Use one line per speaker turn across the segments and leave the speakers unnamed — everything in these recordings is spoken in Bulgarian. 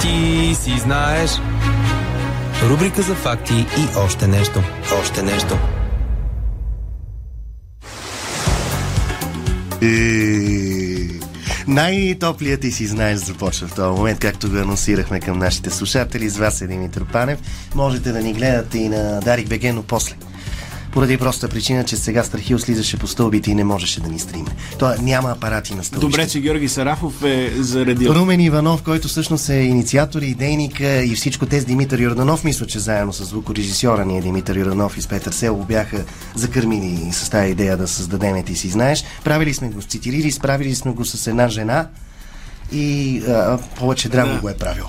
Ти си знаеш. Рубрика за факти и още нещо. Още нещо.
Е, Най-топлият ти си знаеш започва в този момент, както го анонсирахме към нашите слушатели. С вас е Димитър Панев. Можете да ни гледате и на Дарик Беге, но после. Поради проста причина, че сега Страхил слизаше по стълбите и не можеше да ни стримне. Той няма апарати на стълбище.
Добре, че Георги Сарафов е заради...
Румен Иванов, който всъщност е инициатор и идейник а, и всичко те с Димитър Йорданов, мисля, че заедно с звукорежисьора ни е Димитър Йорданов и с Петър Село бяха закърмили с тази идея да създадем ти си знаеш. Правили сме го с Цитирили, справили сме го с една жена и а, повече драго го е правил.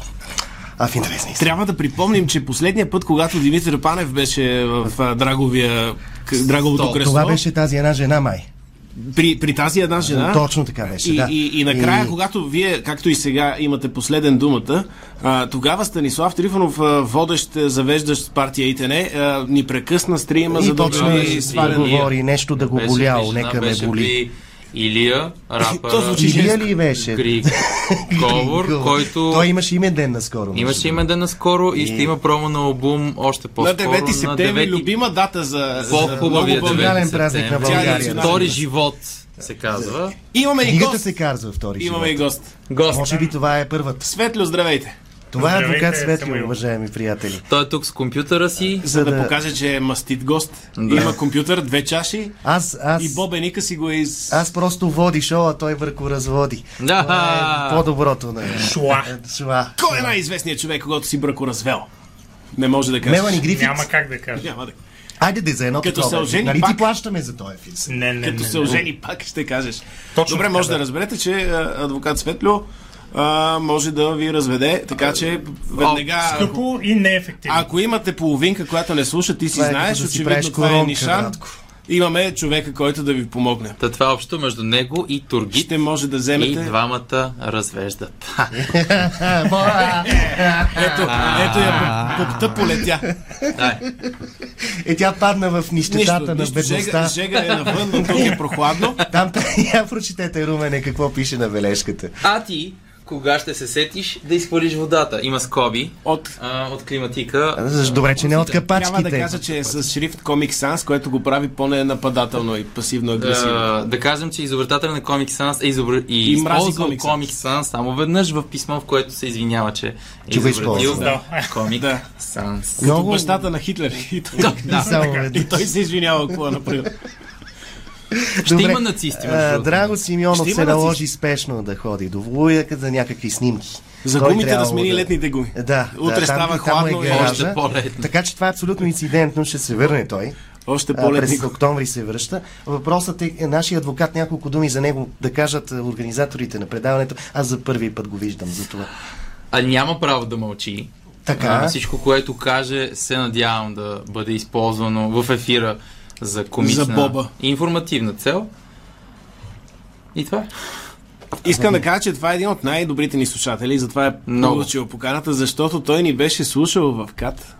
А в интересни истина.
Трябва да припомним, че последния път, когато Димитър Панев беше в а, Драговия, к- Драговото кръсто,
Това беше тази една жена май.
при, при тази една жена...
Точно така беше,
И,
да.
и, и накрая,
И-
когато вие, както и сега, имате последен думата, а, тогава Станислав Трифонов, а, водещ, а, завеждащ партия ИТН, а, ни прекъсна стрима,
И
за да
почна
обяви-
и
да
свирния.
говори нещо да го
Беше
боляло,
при жена,
нека ме
беше
боли.
при Илия, рапъра.
То звучи
Илия ли беше?
Григ Говор, който
Той имаше име ден наскоро. между
имаше име да наскоро и ще има промо на албум още
на
по-скоро.
9 септември,
9
любима дата за... за-
По-хубавия
много
9
по-голям празник на
септември.
България.
Тя е Втори живот се казва.
Имаме и
Книгата
гост.
се казва втори
Имаме и
живот.
гост.
Гост.
Може би това е първата.
Светлю, здравейте.
Това е адвокат
Здравейте,
Светлин,
Самуил.
уважаеми приятели.
Той е тук с компютъра си.
За да,
да-
покаже, че е мастит гост.
Да.
Има компютър, две чаши
Аз, аз,
и Бобеника си го е из...
аз просто води шоу, а той върху разводи.
Да.
Това е по-доброто на
Шуа.
шла.
Кой е най-известният човек, когато си бръко развел? Не може да кажеш.
Мелани Грифит,
Няма как да кажа.
Няма да.
айде да за едно
Като се
такова.
ожени
Нали
пак.
ти плащаме за този филм?
Не, не,
Като
не,
се
не.
ожени, пак ще кажеш.
Точно
Добре,
така,
може да.
да.
разберете, че а, адвокат Светлю а, може да ви разведе, така че веднага... Ако,
Тъпо и неефективно.
ако имате половинка, която не слуша, ти си
Това е
знаеш,
като да си
очевидно
правиш
това е
коронка,
нишан.
братко.
Имаме човека, който да ви помогне.
Та това е общо между него и Тургит.
Ще може да
И
вземете...
двамата развеждат.
Ето, ето я поп- попта полетя.
Ай,
Е, тя падна в нищетата на
Жега,
бедността.
жега е навън, но тук е прохладно.
Там я прочетете, Румене, какво пише на бележката.
А ти, кога ще се сетиш да изхвърлиш водата? Има скоби
От
а, от климатика. Е,
Добре, че не от
Трябва да
капачките.
кажа, че е с шрифт Comic Sans, което го прави по-ненападателно и пасивно-агресивно.
Да, да кажем, че изобретателя на Comic Sans е изобр... и,
И мрази
използвал
Comic Sans.
Comic Sans само веднъж в писмо, в което се извинява, че е
Че го
изобретил
използва.
Comic
Да.
Sans.
Много...
Много-
Бащата на Хитлер. И той,
Да, само
и
веднъж.
той се извинява, какво е направил.
Ще
Добре.
има нацисти, между
А,
другото.
Драго Симеонов
Ще има
се
нацисти.
наложи спешно да ходи до Волуяка за някакви снимки.
За
Той
гумите да
трябвало
смени летните гуми.
Да,
Утре
да,
става
там, там му е
хладно и
гаража.
още по-летно.
Така че това е абсолютно инцидентно, ще се върне той.
Още
А, през
по-летнико.
октомври се връща. Въпросът е, е, нашия адвокат няколко думи за него да кажат а, организаторите на предаването. Аз за първи път го виждам за това.
А няма право да мълчи.
Така.
А, всичко, което каже, се надявам да бъде използвано в ефира за комична
За Боба.
и информативна цел. И това е.
Искам да кажа, че това е един от най-добрите ни слушатели, и затова е
Много.
получил поканата, защото той ни беше слушал в КАТ,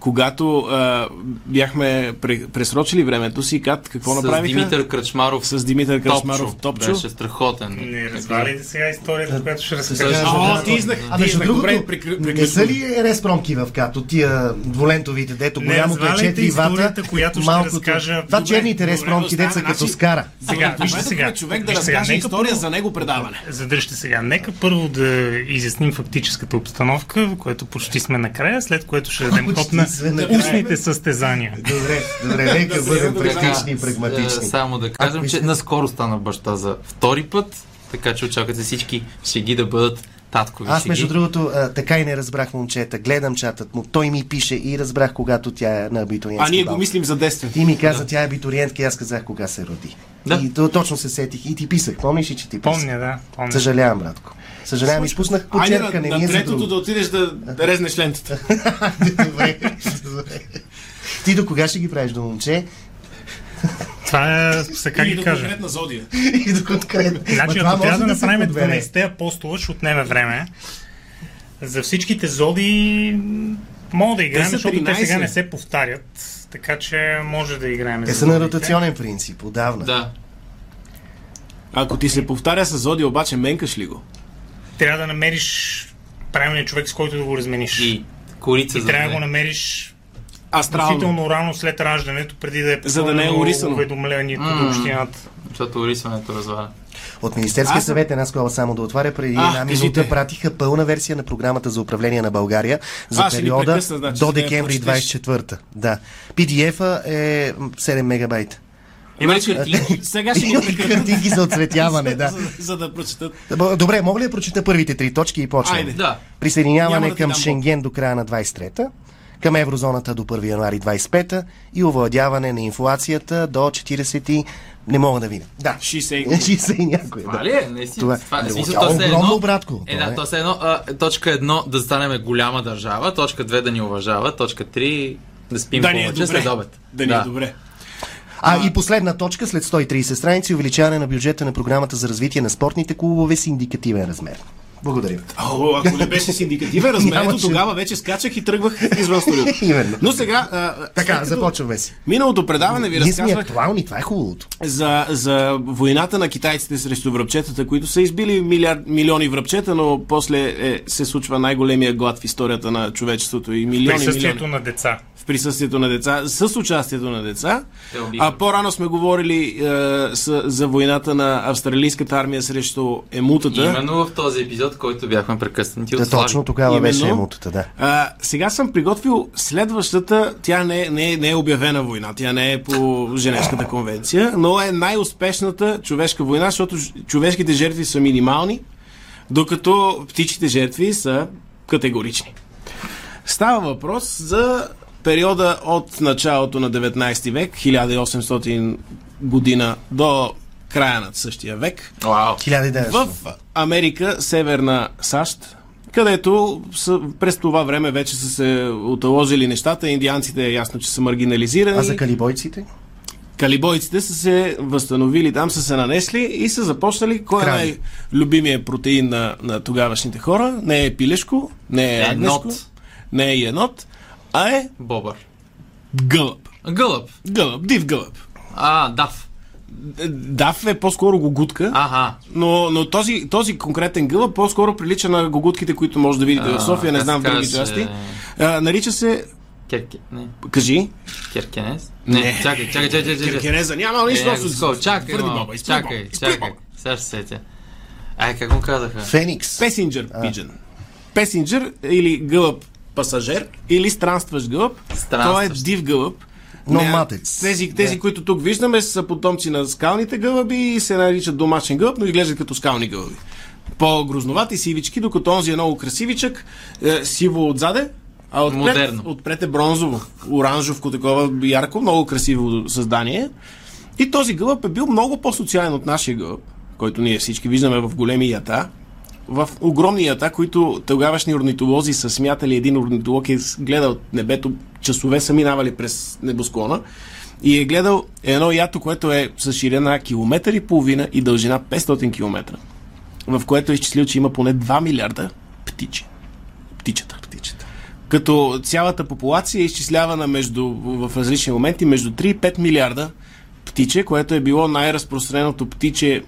когато а, бяхме пре- пресрочили времето си, КАТ какво
С
направиха?
Димитър Кръчмаров
С Димитър Красмаров
Топчо.
Топчо.
Беше страхотен.
Не развалите сега историята, която ще разкажа.
Всъщност-
О, ти изнах.
А
ти
между
изнах.
другото,
Добре, прекр-
не са
прекъсвам.
ли респромки в като тия дволентовите, дето
Не
голямото е
разваляйте
4 вата,
историята, която ще разкажа.
Това
Добре,
черните
добре,
респромки,
остана,
дето са като
значи-
скара.
Сега,
Добре,
вижте
добре,
сега.
е Човек да
Вижте сега,
разкаже
нека
история
първо-
за него предаване.
Задръжте сега. Нека първо да изясним фактическата обстановка, в което почти сме накрая, след което ще дадем
Почти
ход на
сме накрая.
устните състезания.
Добре, добре, нека бъдем практични и
е,
прагматични.
само да кажем, че
искате-
наскоро стана баща за втори път, така че очаквате всички шеги да бъдат таткови
Аз,
шеги.
между другото, а, така и не разбрах момчета. Гледам чатът му. Той ми пише и разбрах, когато тя е на абитуриентски
А ние го
бал.
мислим за действие.
Ти ми каза, тя е абитуриентка и аз казах кога се роди.
Да.
И то, точно се сетих. И ти писах. Помниш ли, че ти писах?
Помня, да. Помня.
Съжалявам, братко. Съжалявам, изпуснах
Айде
почерка, не
на,
ми е
на
за
третото
друго.
да отидеш да резнеш лентата.
Добре. Добре. Ти до кога ще ги правиш до момче?
Това е, сега как
Или
ги
до
кажа.
конкретна зодия.
И до конкретно. Ма
Значи,
това
ако трябва
може
да,
се
направим
подбере.
12-те апостола, ще отнеме време. За всичките зоди м, мога да играем,
са
защото те
13.
сега не се повтарят. Така че може да играем.
Те
за
са на
зодиите.
ротационен принцип, отдавна.
Да.
Ако ти се повтаря с зодия, обаче менкаш ли го?
Трябва да намериш правилният човек, с който да го размениш.
И корица
и
за
трябва да го
мен.
намериш
Астрално.
относително рано след раждането, преди да е
За да не е
попълнено
орисано.
уведомлението до общината.
Защото рисването разваля.
От Министерския
Аз-
съвет една скоба само да отваря преди
А,
една минута
кажете.
пратиха пълна версия на програмата за управление на България за
А, ще ни
периода
прекъсна, значи,
до
за да я
декември
прочетеш.
24-та. Да. PDF-а е м, 7 мегабайта.
Има ли картинки?
Сега ще ни прекратят.
Картинки за отцветяване, да.
За, за да прочетат.
Добре, мога ли да прочета първите три точки и почвам?
Айде.
Да.
Няма
Присъединяване
да ти
към
дам бот.
Шенген до края на 23-та, към еврозоната до 1 януари 25-та и овладяване на инфлацията до 40 и... Не мога да видя. Да.
60 и-
60 и някой.
Това
Да.
ли е? Не си.
Това
Това,
е-
това, е,
Е,
смисъл,
тя е
то се
огромно,
едно,
братко.
Е,
Това е.
да, то се едно, а, точка едно да станем голяма държава, точка две да ни уважава, точка три да спим
Да ни е
повече след
добре.
обед.
Да ни е добре.
А и последна точка, след 130 страници, увеличаване на бюджета на програмата за развитие на спортните клубове с индикативен размер. Благодаря ви.
О, ако не беше синдикативен размерето,
Нямаше.
тогава вече скачах и тръгвах извън студиото.
Именно.
Но сега... а, а, след
Така,
като
започваме си.
Миналото предаване ви
Ние сме
разказвах
актуални, това е хубавото.
за, за войната на китайците срещу връбчетата, които са избили милиард, милиони връбчета, но после е, се случва най-големия глад в историята на човечеството и милиони, милиони
Присъствието на деца.
в присъствието на деца, с участието на деца.
Те убиха.
А по-рано сме говорили е, с, за войната на австралийската армия срещу емутата.
Именно в този епизод, който бяхме прекъснати от
Да,
Слави.
точно тогава
Е, Именно.
беше емутата, да.
А, сега съм приготвил следващата. Тя не, е- не, е- не е обявена война, тя не е по Женевската конвенция, но е най-успешната човешка война, защото ж- човешките жертви са минимални, докато птичите жертви са категорични. Става въпрос за периода от началото на 19 век, 1800 година до края на същия век,
Вау.
1900.
в Америка, Северна САЩ, където са, през това време вече са се оталожили нещата. Индианците е ясно, че са маргинализирани.
А за калибойците?
Калибойците са се възстановили, там са се нанесли и са започнали кой е
Крави.
най-любимия протеин на, на тогавашните хора. Не е пилешко, не е
Енот.
агнешко, не е енот, а е
Бобър.
гълъб.
Гълъб.
Гълъб, див гълъб.
А, дав.
Д- Дав е по-скоро гогутка.
Аха.
Но, но този, този конкретен гълъб по-скоро прилича на гогутките, които може да видите
А,
в София, не
аз
знам в други
каза,
части.
че-
А, нарича се...
Керке... Не.
Кажи.
Керкенес? Не.
Не.
Чакай, чакай, чакай, чакай. чакай.
Киркенеза, няма нищо
Е,
общо с...
Скоро, чакай,
Твърди
малко,
боба, изпри
чакай,
боба, изпри
чакай.
боба.
Сега ще се сетя. Ай, как му казаха?
Феникс.
Песенджер пиджен. Песенджер или гълъб пасажер, или странстващ гълъб. Той е
Странстващ.
див гълъб.
Но
Не,
матец.
Тези, тези които тук виждаме, са потомци на скалните гълъби и се наричат домашен гълъб, но изглеждат като скални гълъби. По-грозновати сивички, докато онзи е много красивичък, е, сиво отзаде, а отпред,
Модерно.
отпред е бронзово, оранжевко, такова ярко, много красиво създание. И този гълъб е бил много по-социален от нашия гълъб, който ние всички виждаме в големи ята, в огромни ята, които тогавашни орнитолози са смятали, един орнитолог е гледал небето, часове са минавали през небосклона и е гледал едно ято, което е с ширина километър и половина и дължина 500 км, в което е изчислил, че има поне 2 милиарда птичи. Птичета. Птичета. Като цялата популация е изчислявана между, в различни моменти между 3 и 5 милиарда птиче, което е било най-разпространеното птиче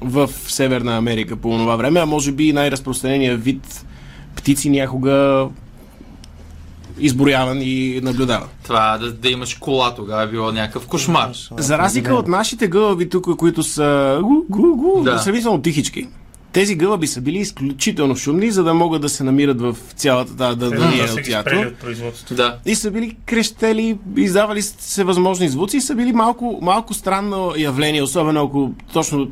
в Северна Америка по това време, а може би и най-разпространения вид птици някога изброяван и наблюдаван.
Това да, да имаш кола тогава е било някакъв кошмар.
За разлика от нашите гълъби тук, които са гу, гу, гу,
Да.
да. сравнително тихички, тези гълъби са били изключително шумни, за да могат да се намират в цялата тази
Те да,
дадания
са
е от
ги
тято.
спрели от производството.
Да.
И са били крещели, издавали се възможни звуци и са били малко, малко странно явление, особено ако точно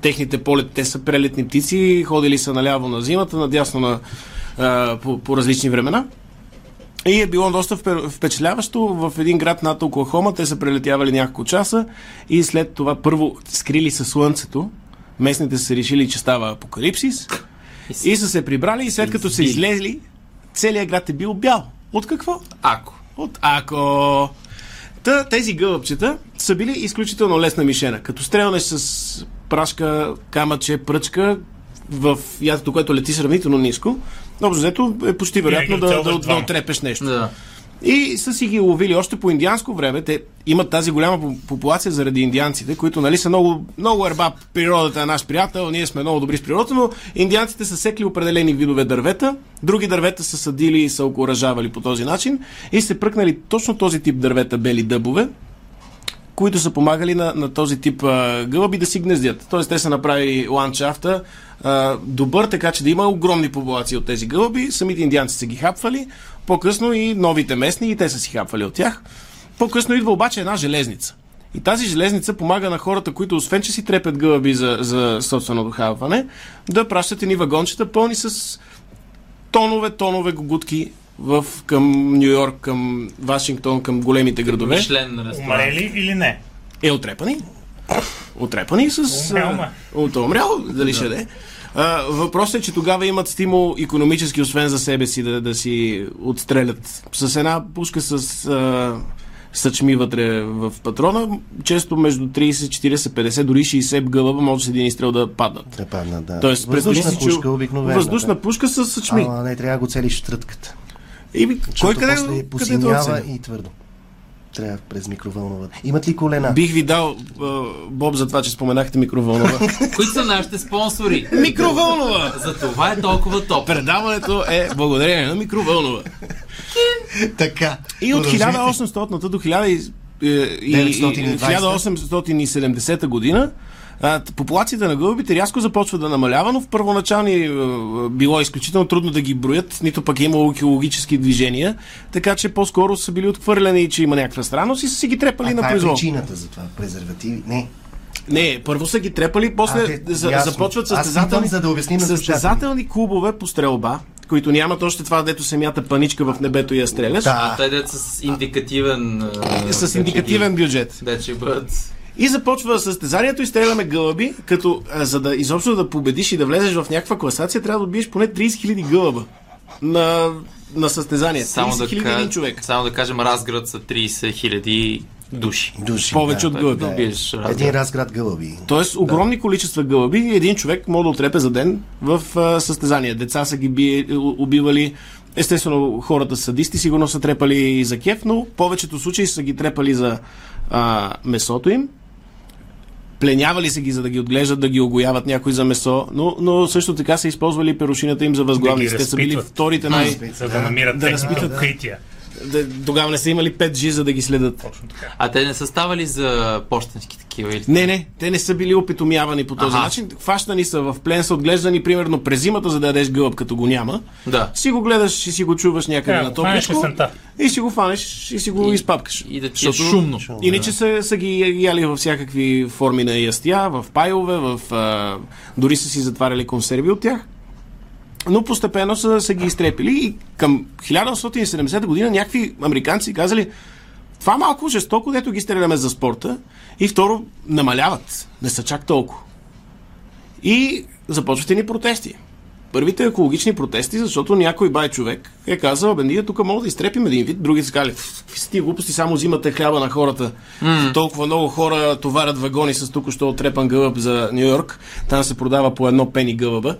техните полет, те са прелетни птици, ходили са наляво на зимата, надясно на, а, по, по различни времена. И е било доста впе- впечатляващо. В един град над Оклахома те са прелетявали няколко часа и след това първо скрили се слънцето. Местните са решили, че става апокалипсис. И са се прибрали и след като са
Избили.
излезли, целият град е бил бял. От какво?
Ако.
От ако. Та, тези гълъбчета са били изключително лесна мишена. Като стрелнеш с прашка, камъче, пръчка в ятото, което лети сравнително ниско, общо взето е почти вероятно да, да,
отделваш
да,
двама.
отрепеш нещо.
Да.
И са си ги ловили още по индианско време. Те имат тази голяма по- популация заради индианците, които нали са много, много ерба. Природата е наш приятел, ние сме много добри с природата, но индианците са секли определени видове дървета, други дървета са съдили и са окоръжавали по този начин и се пръкнали точно този тип дървета бели дъбове, които са помагали на, на този тип а, гълъби да си гнездят. Тоест те са направили ландшафта а, добър, така че да има огромни популации от тези гълъби. Самите индианци са ги хапвали, по-късно и новите местни и те са си хапвали от тях. По-късно идва обаче една железница. И тази железница помага на хората, които освен, че си трепят гълъби за, за собственото хапване, да пращат едни вагончета пълни с тонове, тонове гугутки в, към Нью Йорк, към Вашингтон, към големите градове.
Член на ресторант.
Умрели или не?
Е, отрепани. Отрепани с...
Умрял, ма.
а, От умрял, дали ще да е. А, Въпросът е, че тогава имат стимул економически, освен за себе си, да, да си отстрелят. С една пушка с а, съчми вътре в патрона, често между 30, 40, 50, дори 60 гълъба може с един изстрел да паднат.
Да падна, да.
Тоест,
въздушна
представи си, че-
пушка, обикновена.
Въздушна
да.
пушка с съчми.
Ама не, трябва да го целиш в трътката.
И, ми, кой
Защото
къде, е къде
после
да
посинява
оценя?
и твърдо. Трябва през микровълновата. Имат ли колена?
Бих ви дал, а, Боб, за това, че споменахте микровълнова.
Които са нашите спонсори?
микровълнова!
За това е толкова топ.
Предаването е благодарение на микровълнова.
Така.
И от
Продължи.
1800-та до 1000 и- е, и- и-
920-та.
1870 година а, т- популацията на гълъбите рязко започва да намалява, но в първоначални а, а, било изключително трудно да ги броят, нито пък е имало археологически движения, така че по-скоро са били отхвърлени, че има някаква странност и са си ги трепали
А
на
това е
произвол.
причината за това. Презервативи. Не.
Не, първо са ги трепали, после
А, те-
за,
ясно.
започват
Аз питам,
състезателни,
за да обясним на
състезателни клубове по стрелба, които нямат още това, дето се мята паничка в небето и я стреляш.
А те дет с индикативен... е, а,
Е, С индикативен бюджет.
Да, че бъдат...
И започва състезанието и стреляме гълъби, като а, за да изобщо да победиш и да влезеш в някаква класация, трябва да убиеш поне 30 000 гълъба на, на състезание. 30
Само да,
000
кажа,
един човек.
само да кажем, разград са 30 хиляди души.
Души.
Повече от гълъби.
Да, биеш
Един
разград.
разград гълъби.
Тоест, огромни количества гълъби и един човек може да отрепе за ден в а, състезание. Деца са ги бие, е, у- убивали. Естествено, хората садисти сигурно са трепали и за кеф, но в повечето случаи са ги трепали за а, месото им. Пленявали са ги, за да ги отглеждат, да ги огояват някой за месо, но, но също така са използвали перушината им за възглавници. Те са били
разпитват.
вторите най...
За да намират
Да
техните
разпитат.
открития.
Да, Тогава не са имали 5G, за да ги следят.
Точно така.
А те не са ставали за почтенски такива или...
Не, не, те не са били опитомявани по този
Аха.
начин. Хващани са в плен, са отглеждани примерно през зимата, за да ядеш гълъб, като го няма.
Да.
Си го гледаш и си го чуваш някъде
Да,
на
го хванеш
топличко
есента.
и си го фанеш и си го
И-
изпапкаш.
И да ти е
Защото-
шумно.
Иначе са, са ги яли във всякакви форми на ястия, в пайове, в, а, дори са си затваряли консерви от тях. Но постепенно са, са ги изтрепили и към 1870 година някакви американци казали това малко жестоко, дето ги стреляме за спорта и второ намаляват, не са чак толкова. И започват ни протести. Първите екологични протести, защото някой бай човек е казал, бе, ние тук мога да изтрепим един вид, други са казали, «Ф, какви са тия глупости, само взимате хляба на хората. Толкова много хора товарят вагони с току-що отрепан гълъб за Нью Йорк, там се продава по едно пени гълъба.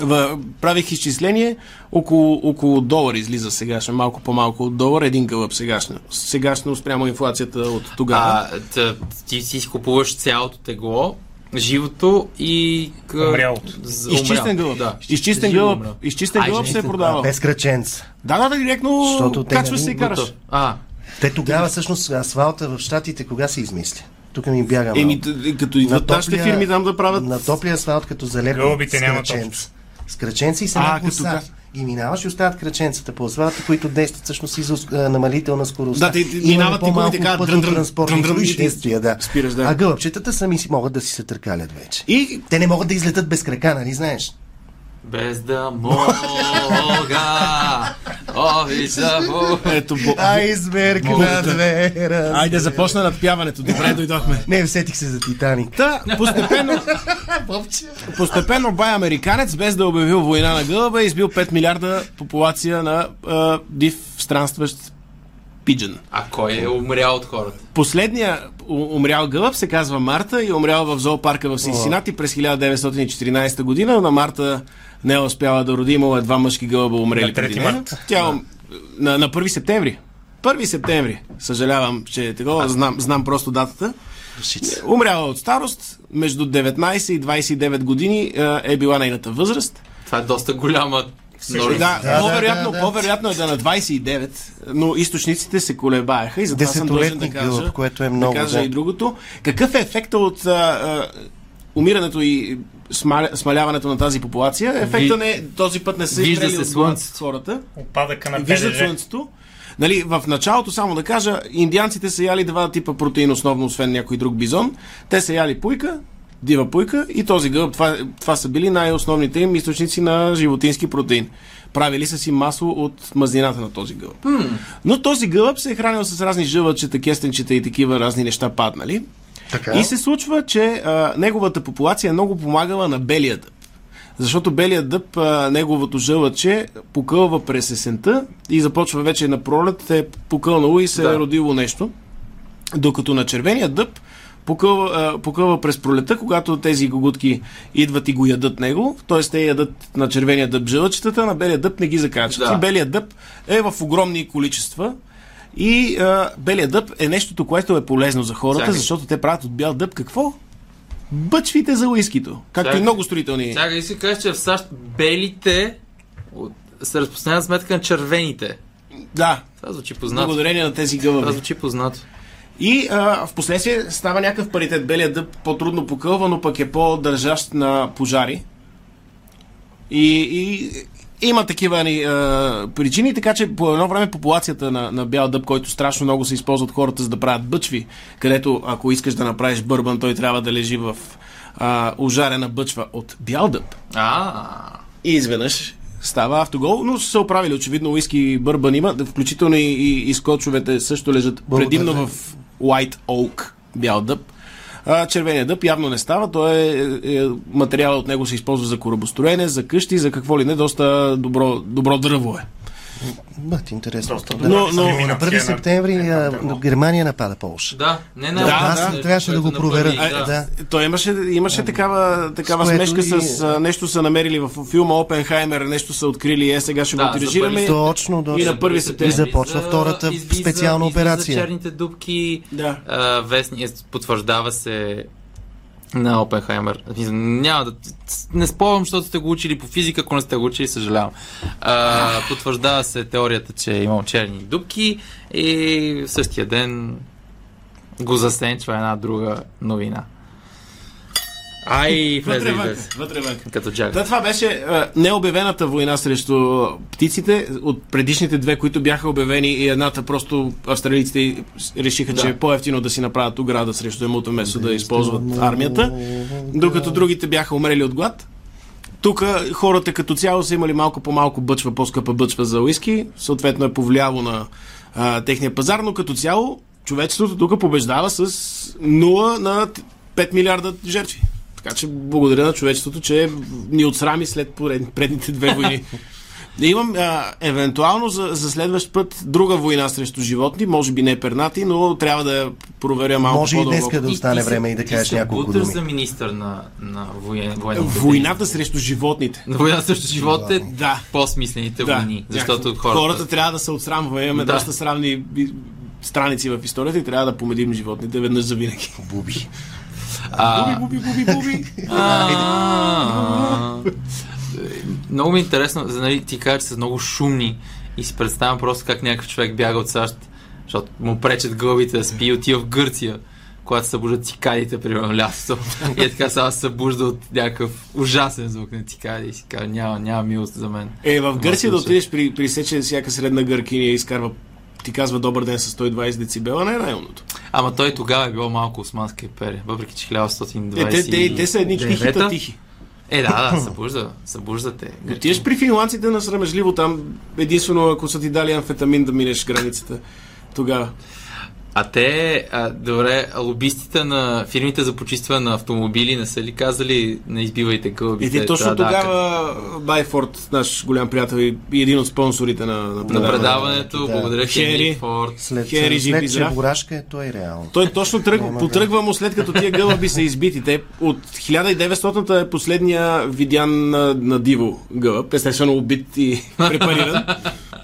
В, правих изчисление, около, около долар излиза сегашно, малко по-малко от долар, един гълъб сегашно. Сегашно спрямо инфлацията от тогава.
А, та, ти си купуваш цялото тегло, живото и... къ-
Умрялото.
за-
Изчистен
умрял.
гълъб.
Да.
Изчистен
Живо
гълъб.
умрял.
Изчистен
Ай,
гълъб се е
изчистен.
продавал.
Без кръченца.
Да, да, да, директно
Защото те,
качваш
нали,
се и караш.
А,
Те тогава всъщност асфалта в щатите кога се измисли? Тук ми бяга малко.
Еми, Ами, т- т- като идват нашите фирми там да правят...
На топлия асфалт като залепват
Гълъбите
с
нямат
кръченца. С кръченца и се
А,
а,
като
като...
как?
И минаваш и остават кръченцата по асфалта, които действат всъщност и за ус- а, намалителна скорост.
Да, те- те минават и гумите карат дрън-дрън,
транспортни
дрън-дрън и ти
произшествия, да.
спираш, да.
А гълъбчетата сами си могат да си се търкалят вече.
И
Те не могат да излетат без крака, нали знаеш?
без да мога, обича мога.
ето... Бо...
Айсберг на две раз.
Айде, започна надпяването. Добре, дойдохме.
Не, сетих се за Титаник.
Та, постепенно, постепенно бай американец, без да е обявил война на гълъба, е избил 5 милиарда популация на а, див странстващ пиджен.
А кой е умрял от хората?
Последния у- умрял гълъб се казва Марта и е умрял в зоопарка в Синсинати през 1914 година. На Марта не е успяла да роди, имала е два мъжки гълъба умрели
На трети
преди нея.
март.
Тя ум- на, на 1 септември. 1 септември. Съжалявам, че е такова. Знам, знам просто датата.
Душица.
Умряла от старост. Между 19 и 29 години а, е била нейната възраст.
Това е доста голяма
Да,
норма.
Да, да,
по-вероятно,
да, да.
по-вероятно е да на 29, но източниците се колебаеха и затова съм длъжен да
Десетолетни
кажа,
гълъб, което е много.
да кажа
да.
и другото. Какъв е ефекта от а, а, умирането и смаля, смаляването на тази популация? Ефекта
Ви-
не, е- този път не са
вижда
измрели
се
от глад
слънцето.
хората.
Опадъка на
Виждат
БДЖ.
слънцето. Нали, в началото, само да кажа, индианците са яли два типа протеин, основно, освен някой друг бизон. Те са яли пуйка, дива пуйка и този гълъб. Това, това са били най-основните им източници на животински протеин. Правили са си масло от мазнината на този гълъб. Но този гълъб се е хранил с разни жълъчета, кестенчета и такива разни неща паднали.
Така.
И се случва, че а, неговата популация е много помагала на белия дъб. Защото белият дъб, а, неговото жълъче, покълва през есента и започва вече на пролет, е покълнало и се да.
Да.
е родило нещо. Докато на червения дъб покълва, а, покълва през пролета, когато тези гогутки идват и го ядат него, т.е. те ядат на червения дъб жълъчетата, на белия дъб не ги закачат.
Да.
И белият дъб е в огромни количества. И а, белият дъб е нещото, което е полезно за хората,
Чакай.
защото те правят от бял дъб какво? Бъчвите за уискито. Както
Чакай.
и много строителни.
Чакай, си кажеш, че в САЩ белите от... се разпространяват за сметка на червените.
Да,
Това звучи познато.
благодарение на тези
Това
гълъби.
звучи познато.
И а, в последствие става някакъв паритет. Белият дъб по-трудно покълва, но пък е по-държащ на пожари. И, и има такива ни, а, причини, така че по едно време популацията на, на бял дъб, който страшно много се използва от хората за да правят бъчви, където ако искаш да направиш бърбан, той трябва да лежи в а, ожарена бъчва от бял дъб.
А,
И изведнъж става автогол, но са се оправили. Очевидно уиски и бърбан има, включително и, и, и скочовете също лежат
Благодаря.
предимно в White Oak, бял дъб. А, червения дъб явно не става, той е, е, материалът от него се използва за корабостроене, за къщи, за какво ли не, доста добро, добро дърво е.
Бъд, интересно.
Доста
Да.
Но- но-
На 1 септември а, Германия напада Полша.
да, не на
Да,
аз
да,
трябваше да го
което
проверя.
направи,
А, да.
Той имаше, имаше такава, такава
С което
смешка
и-
с а, нещо са намерили в филма Опенхаймер, нещо са открили, е сега ще
Да,
го тиражираме.
за
Точно, до...
И на първи септември.
И започва
Излиза-
втората
излиза-
специална
излиза
операция.
черните дубки.
Да.
А, вестни, е, потвърждава се на Опенхаймер. Мисля, Няма да... Не спомням, защото сте го учили по физика, ако не сте го учили, съжалявам. А, потвърждава се теорията, че е имал черни дубки и в същия ден го засенчва една друга новина. Ай, влезе
Вътре
и
вънка,
влезе.
вътре вънка.
Като Джак.
Да, това беше а, необявената война срещу птиците от предишните две, които бяха обявени и едната просто австралийците и с- решиха, че е по-ефтино да си направят ограда срещу емото месо да използват армията, докато другите бяха умрели от глад. Тук хората като цяло са имали малко по-малко бъчва, по-скъпа бъчва за уиски, съответно е повлияло на а, техния пазар, но като цяло човечеството тук побеждава с 0 на 5 милиарда жертви. Така че благодаря на човечеството, че ни отсрами след поред- предните две войни. Да имам а, евентуално за, за следващ път друга война срещу животни, може би не пернати, но трябва да я проверя малко
Може и
по-дълбоко.
днеска да остане
се-
време и да
ти
кажеш
се
няколко
буташ
думи.
за министър на, на воен, военните
Войната срещу животните.
дейни. Война срещу живота е
Да.
по-смислените
Да,
войни, защото
някакво.
хората...
хората трябва да се отсрамваме. Имаме
Да.
доста срамни би- страници в историята и трябва да помедим животните веднъж за винаги.
Буби.
А,
Буби, буби, буби, буби.
а, Много ми е интересно, за, нали, ти кажа, че са много шумни и си представям просто как някакъв човек бяга от САЩ, защото му пречат гълбите да спи и отива в Гърция, когато се събуждат цикадите, примерно лятото. И е така сега се събужда от някакъв ужасен звук на цикади и си казва, няма, няма милост за мен.
Е, в Гърция да
Махам се.
отидеш при, при сече всяка средна гъркиня изкарва ти казва добър ден с 120 децибела, не е най-умното.
Ама той тогава е било малко Османска империя, въпреки че 1820...
Е, те, те, те са едни тихита тихи.
Е, да, да, събужда, събужда те.
Отиваш при финландците на срамежливо там, единствено ако са ти дали амфетамин да минеш границата. Тогава.
А те, а, добре, а лобистите на фирмите за почистване на автомобили не са ли казали не избивайте
И
гълбите?
те Е, точно
Да, да,
тогава Байфорд, наш голям приятел и и един от спонсорите на, на
като- На
предаването,
предаването,
Да.
благодаря Хенри
Хенри.
Форд.
След,
Хенри жив и
след
здрав.
Чебурашка е той реално.
Той точно тръгва,
Няма
потръгва му след като тия гълъби са избити. Те от 1900-та е последния видян на, на диво гълъб. Естествено убит и препариран.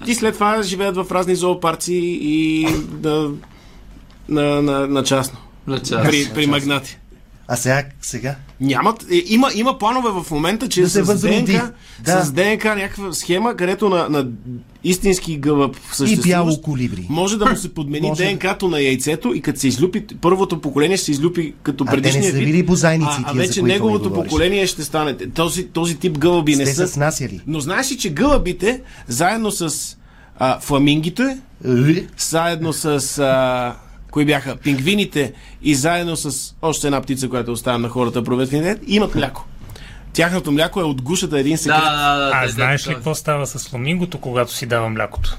И след това живеят в разни зоопарци и да, на, на, на частно.
Лъча.
При, при магнати.
А сега, сега?
Нямат. Е, има, има планове в момента, че
Да се
с,
възроди.
ДНК,
Да.
с ДНК някаква схема, където на, на истински гълъб
И бяло
съществуващ
колибри.
може да му се подмени
Може да.
ДНК-то на яйцето и като се излюпи, първото поколение ще се излюпи като
А те не
предишния
са
вид,
били бозайници
а, а
тия, за
вече
които ми
неговото
говориш.
поколение ще стане. Този, този тип гълъби не
Те са
са.
снасяли.
Но знаеш ли, че гълъбите, заедно с а, е? фламингите,
Ли?
заедно с... А, кои бяха? Пингвините и заедно с още една птица, която оставям на хората провед в интернет, имат мляко. Тяхното мляко е от гушата един
Да,
секрет.
да, да.
А
да,
знаеш
да,
ли
да.
какво става с фламингото, когато си дава млякото?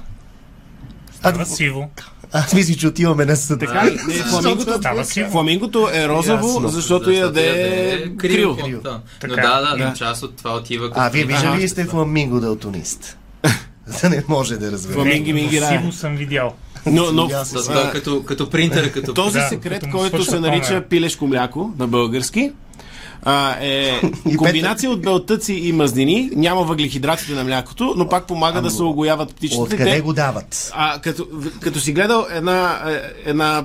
А,
Става сиво.
Аз мисля, че отиваме на съд.
Така ли? Не, фламингото,
Става сиво.
Е, фламингото е розово,
Ясно.
защото яде
Крил.
е крил.
е Крил. Да. Но
Така.
да, да,
Да.
да, част от това отива като...
А, вие виждали ли сте
Да.
фламинго далтонист? Да не може да разбере.
Фламинго. Минги, минги,
но
рае.
сиво съм видял.
Но, но
Ясно.
С това,
а,
като, като принтер, като...
този
Да,
секрет,
като му
който
свършва
се нарича
пламена.
пилешко мляко на български, а, е
И
комбинация от белтъци и мазнини. Няма въглехидратите на млякото, но пак помага да се огояват птичките.
Откъде
Те-
го дават?
А, като, като си гледал една, е, една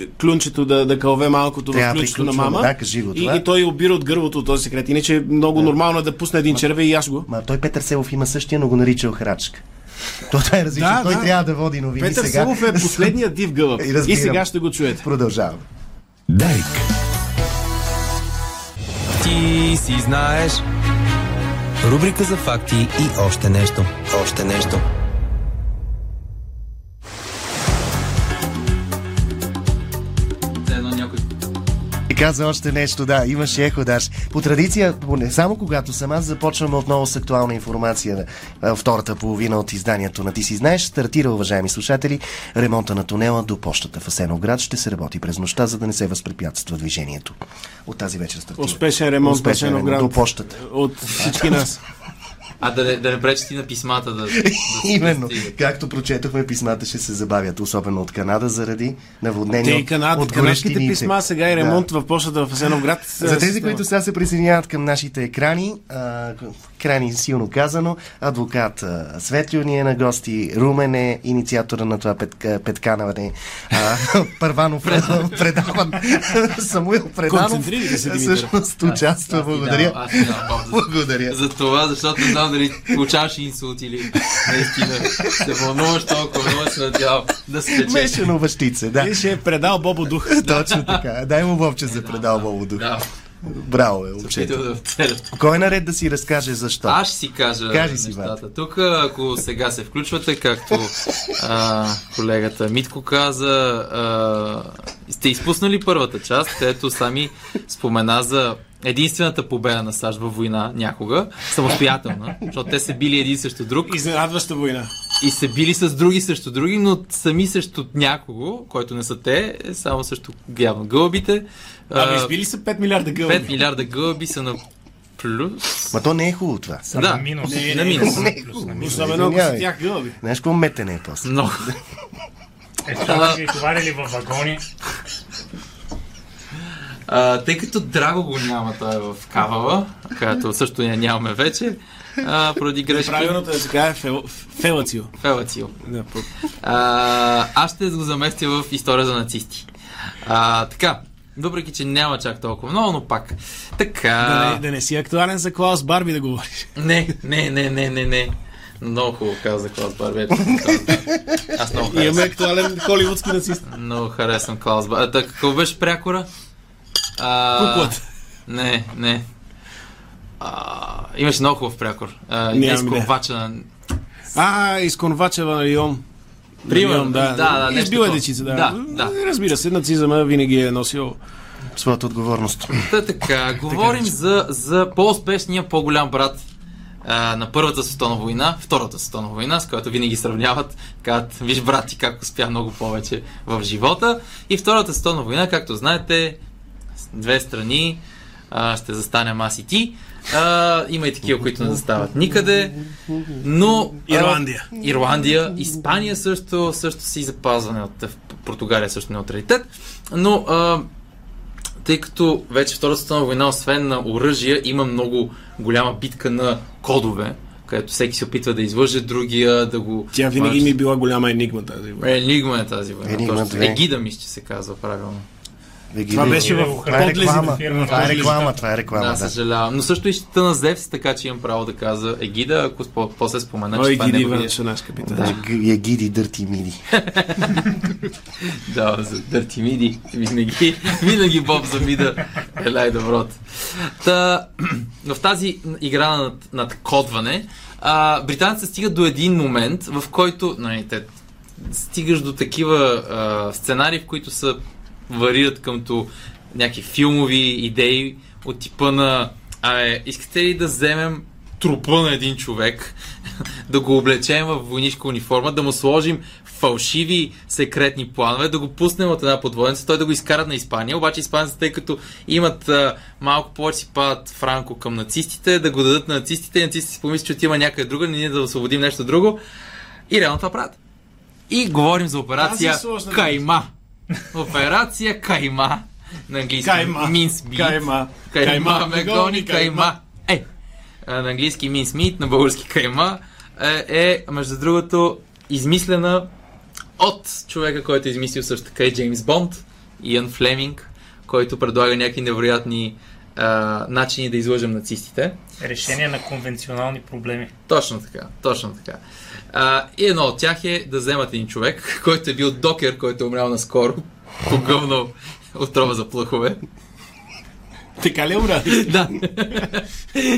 е, клюнчето да, да кълве малкото
Трябва
в клюнчето на
приключваме,
мама.
да, кажи го това.
и, и той обира от гърлото този секрет. Иначе е много нормално е да пусне един черве и яш го.
Ма той Петър Селов има същия, но го наричал храчка. То това е различно.
Да,
той
да.
трябва да води новини
Петър
сега.
Силов е последният див гълъб.
И
и
разбирам.
сега ще го чуете.
Продължаваме.
Дарик. Ти си знаеш. Рубрика за факти и още нещо. Още нещо.
Все едно някой...
И каза още нещо, да, имаше ехо, Даш. По традиция, не само когато съм аз, започваме отново с актуална информация. а, Втората половина от изданието на Ти си знаеш стартира, уважаеми слушатели, ремонта на тунела до почтата в Асеновград. Ще се работи през нощта, за да не се възпрепятства движението. От тази вечер стартира.
Успешен ремонт,
Успешен
успешен
ремонт
град.
до почтата.
От всички нас.
А да, не- да не пречи ти на писмата да... да
Именно.
стигат.
Както прочетохме, писмата ще се забавят, особено от Канада, заради
Те
наводнение
и
от,
Канада,
Е, от
канадските
горещините.
писма, сега и ремонт в почтата в Асеновград.
За тези, които сега се присъединяват към нашите екрани, а, крани силно казано, адвокат а, Светлио ни е на гости, Румен е инициатора на това пет, петканаване, а, Първанов Пред- предаван, Самуил Преданов,
Концентрирайте се, Димитър.
всъщност участва,
Аз ти дам-
благодаря.
Аз ти дам боб за-
Благодаря.
За това, защото не знам дали получаваш инсулт или наистина се вълнуваш толкова, много се надявам да се лечеш.
Мешано бащице, да.
Ти ще е предал Бобо дух.
Точно така. Дай му бобче за предал Бобо
Да,
Браво е, момчето.
питам да втелят.
Кой е наред да си разкаже защо?
Аз ще си кажа
Кажи си,
нещата. Тук, ако сега се включвате, както а, колегата Митко каза, а, сте изпуснали първата част, където сами спомена за единствената победа на САЩ във война някога, самостоятелна, защото те се били един срещу друг
Изненадваща война.
и се били с други срещу други, но сами срещу някого, който не са те, е само срещу явно гълъбите.
Абе,
А,
Ами, избили са 5 милиарда
5
гълъби.
милиарда гълъби са на плюс.
Ма то не е хубаво това.
Съм
Да.
на минус.
Не, на минус.
Съм на плюс, на минус.
Особено ако са
Извинявай.
тях гълъби.
Знаеш какво метене е после?
Много.
Е, това са ги товарили във вагони.
А, тъй като Драго го няма, той е в кавала, която също я нямаме вече, а, поради грешка.
Правилното е така, фел, фелацио.
Фелацио. А, аз ще го заместя в история за нацисти. А, така, въпреки, че няма чак толкова много, но пак.
Да
Така.
не, да не си актуален за Клаус Барби да говориш.
Не, не, не, не, не, не. Много хубаво каза Клаус Барбер. Аз много
Имаме
харесвам.
актуален холивудски нацист.
Много харесвам Клаус Барбер. Та, какво беше прякора? А,
Куклата.
Не, не. А, имаше много хубав прякор. А,
Нямам
днес
идея.
ковача на...
А, изконвача на Лион.
Примерно,
Лион,
да, да, нещо
Избил е
такова.
дечица, да.
Да, да.
Разбира се, нацизъма винаги е носил.
Своята отговорност.
Та така, говорим за, за по-успешния по-голям брат а, на Първата световна война, Втората световна война, с която винаги сравняват, казват, виж брат ти как успя много повече в живота. И Втората световна война, както знаете, с две страни, а, ще застанем аз и ти. А, има и такива, които не застават никъде, но... а,
Ирландия.
Ирландия, Испания също, също си запазване от Португалия също неутралитет, но а, тъй като вече Втората световна война, освен на оръжия, има много голяма битка на кодове, където всеки се опитва да излъже другия, да го...
Тя винаги ми е била голяма енигма тази война.
Енигма е тази война.
Енигма
точно.
две.
Егида ми ще се казва правилно.
Веги,
Това
веги.
беше в
Това е
подлези на
реклама.
фирма.
Това е реклама, това е
Да,
реклама,
да,
да.
съжалявам. Но също и щита на Зевс, така че имам право да кажа Егида, ако спо- после спомена, че
Ой,
това е
гиди,
неговия...
върнеше наш капитан.
Г- Егиди, дърти, миди.
Да, за дърти миди. Винаги, винаги Боб за мида е най-доброто. Та, в тази игра на над, надкодване, а, британците стигат до един момент, в който нали, те, стигаш до такива а, сценари, в които са варират къмто някакви филмови идеи от типа на Абе, искате ли да вземем трупа на един човек, да го облечем в войнишка униформа, да му сложим фалшиви секретни планове, да го пуснем от една подводница, той да го изкарат на Испания. Обаче испанците, тъй като имат а, малко повече си падат Франко към нацистите, да го дадат на нацистите и нацистите си помислят, че отива някъде друга, ние да освободим нещо друго. И реално това правят. И говорим за операция
Тази е сложна
Кайма. Операция Кайма. На английски.
Кайма.
Means beat.
Кайма.
Кайма, ме гони кайма. Е, а, на английски Мин Мит, на български кайма е, е, между другото, измислена от човека, който е измислил също така и Джеймс Бонд, Иан Флеминг, който предлага някакви невероятни а, начини да излъжем нацистите.
е Решение на конвенционални проблеми.
Точно така, точно така. А, и едно от тях е да вземат един човек, който е бил докер, който е умрял наскоро, погълнал отрова за плъхове.
Така ли умра?
да.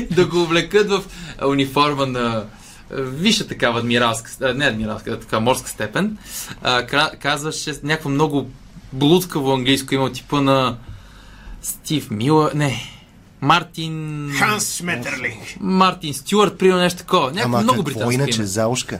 да го облекат в а, униформа на а, висша такава адмиралска, а, не адмиралска, а така морска степен. А, кра- казваше с някакво много блудкаво английско име от типа на Стив Мила, не, Мартин...
Ханс Шметерлинг.
Мартин Стюарт, примерно нещо такова. Някакво
Ама
Е, много
какво
британско
иначе?
име.
Заушка.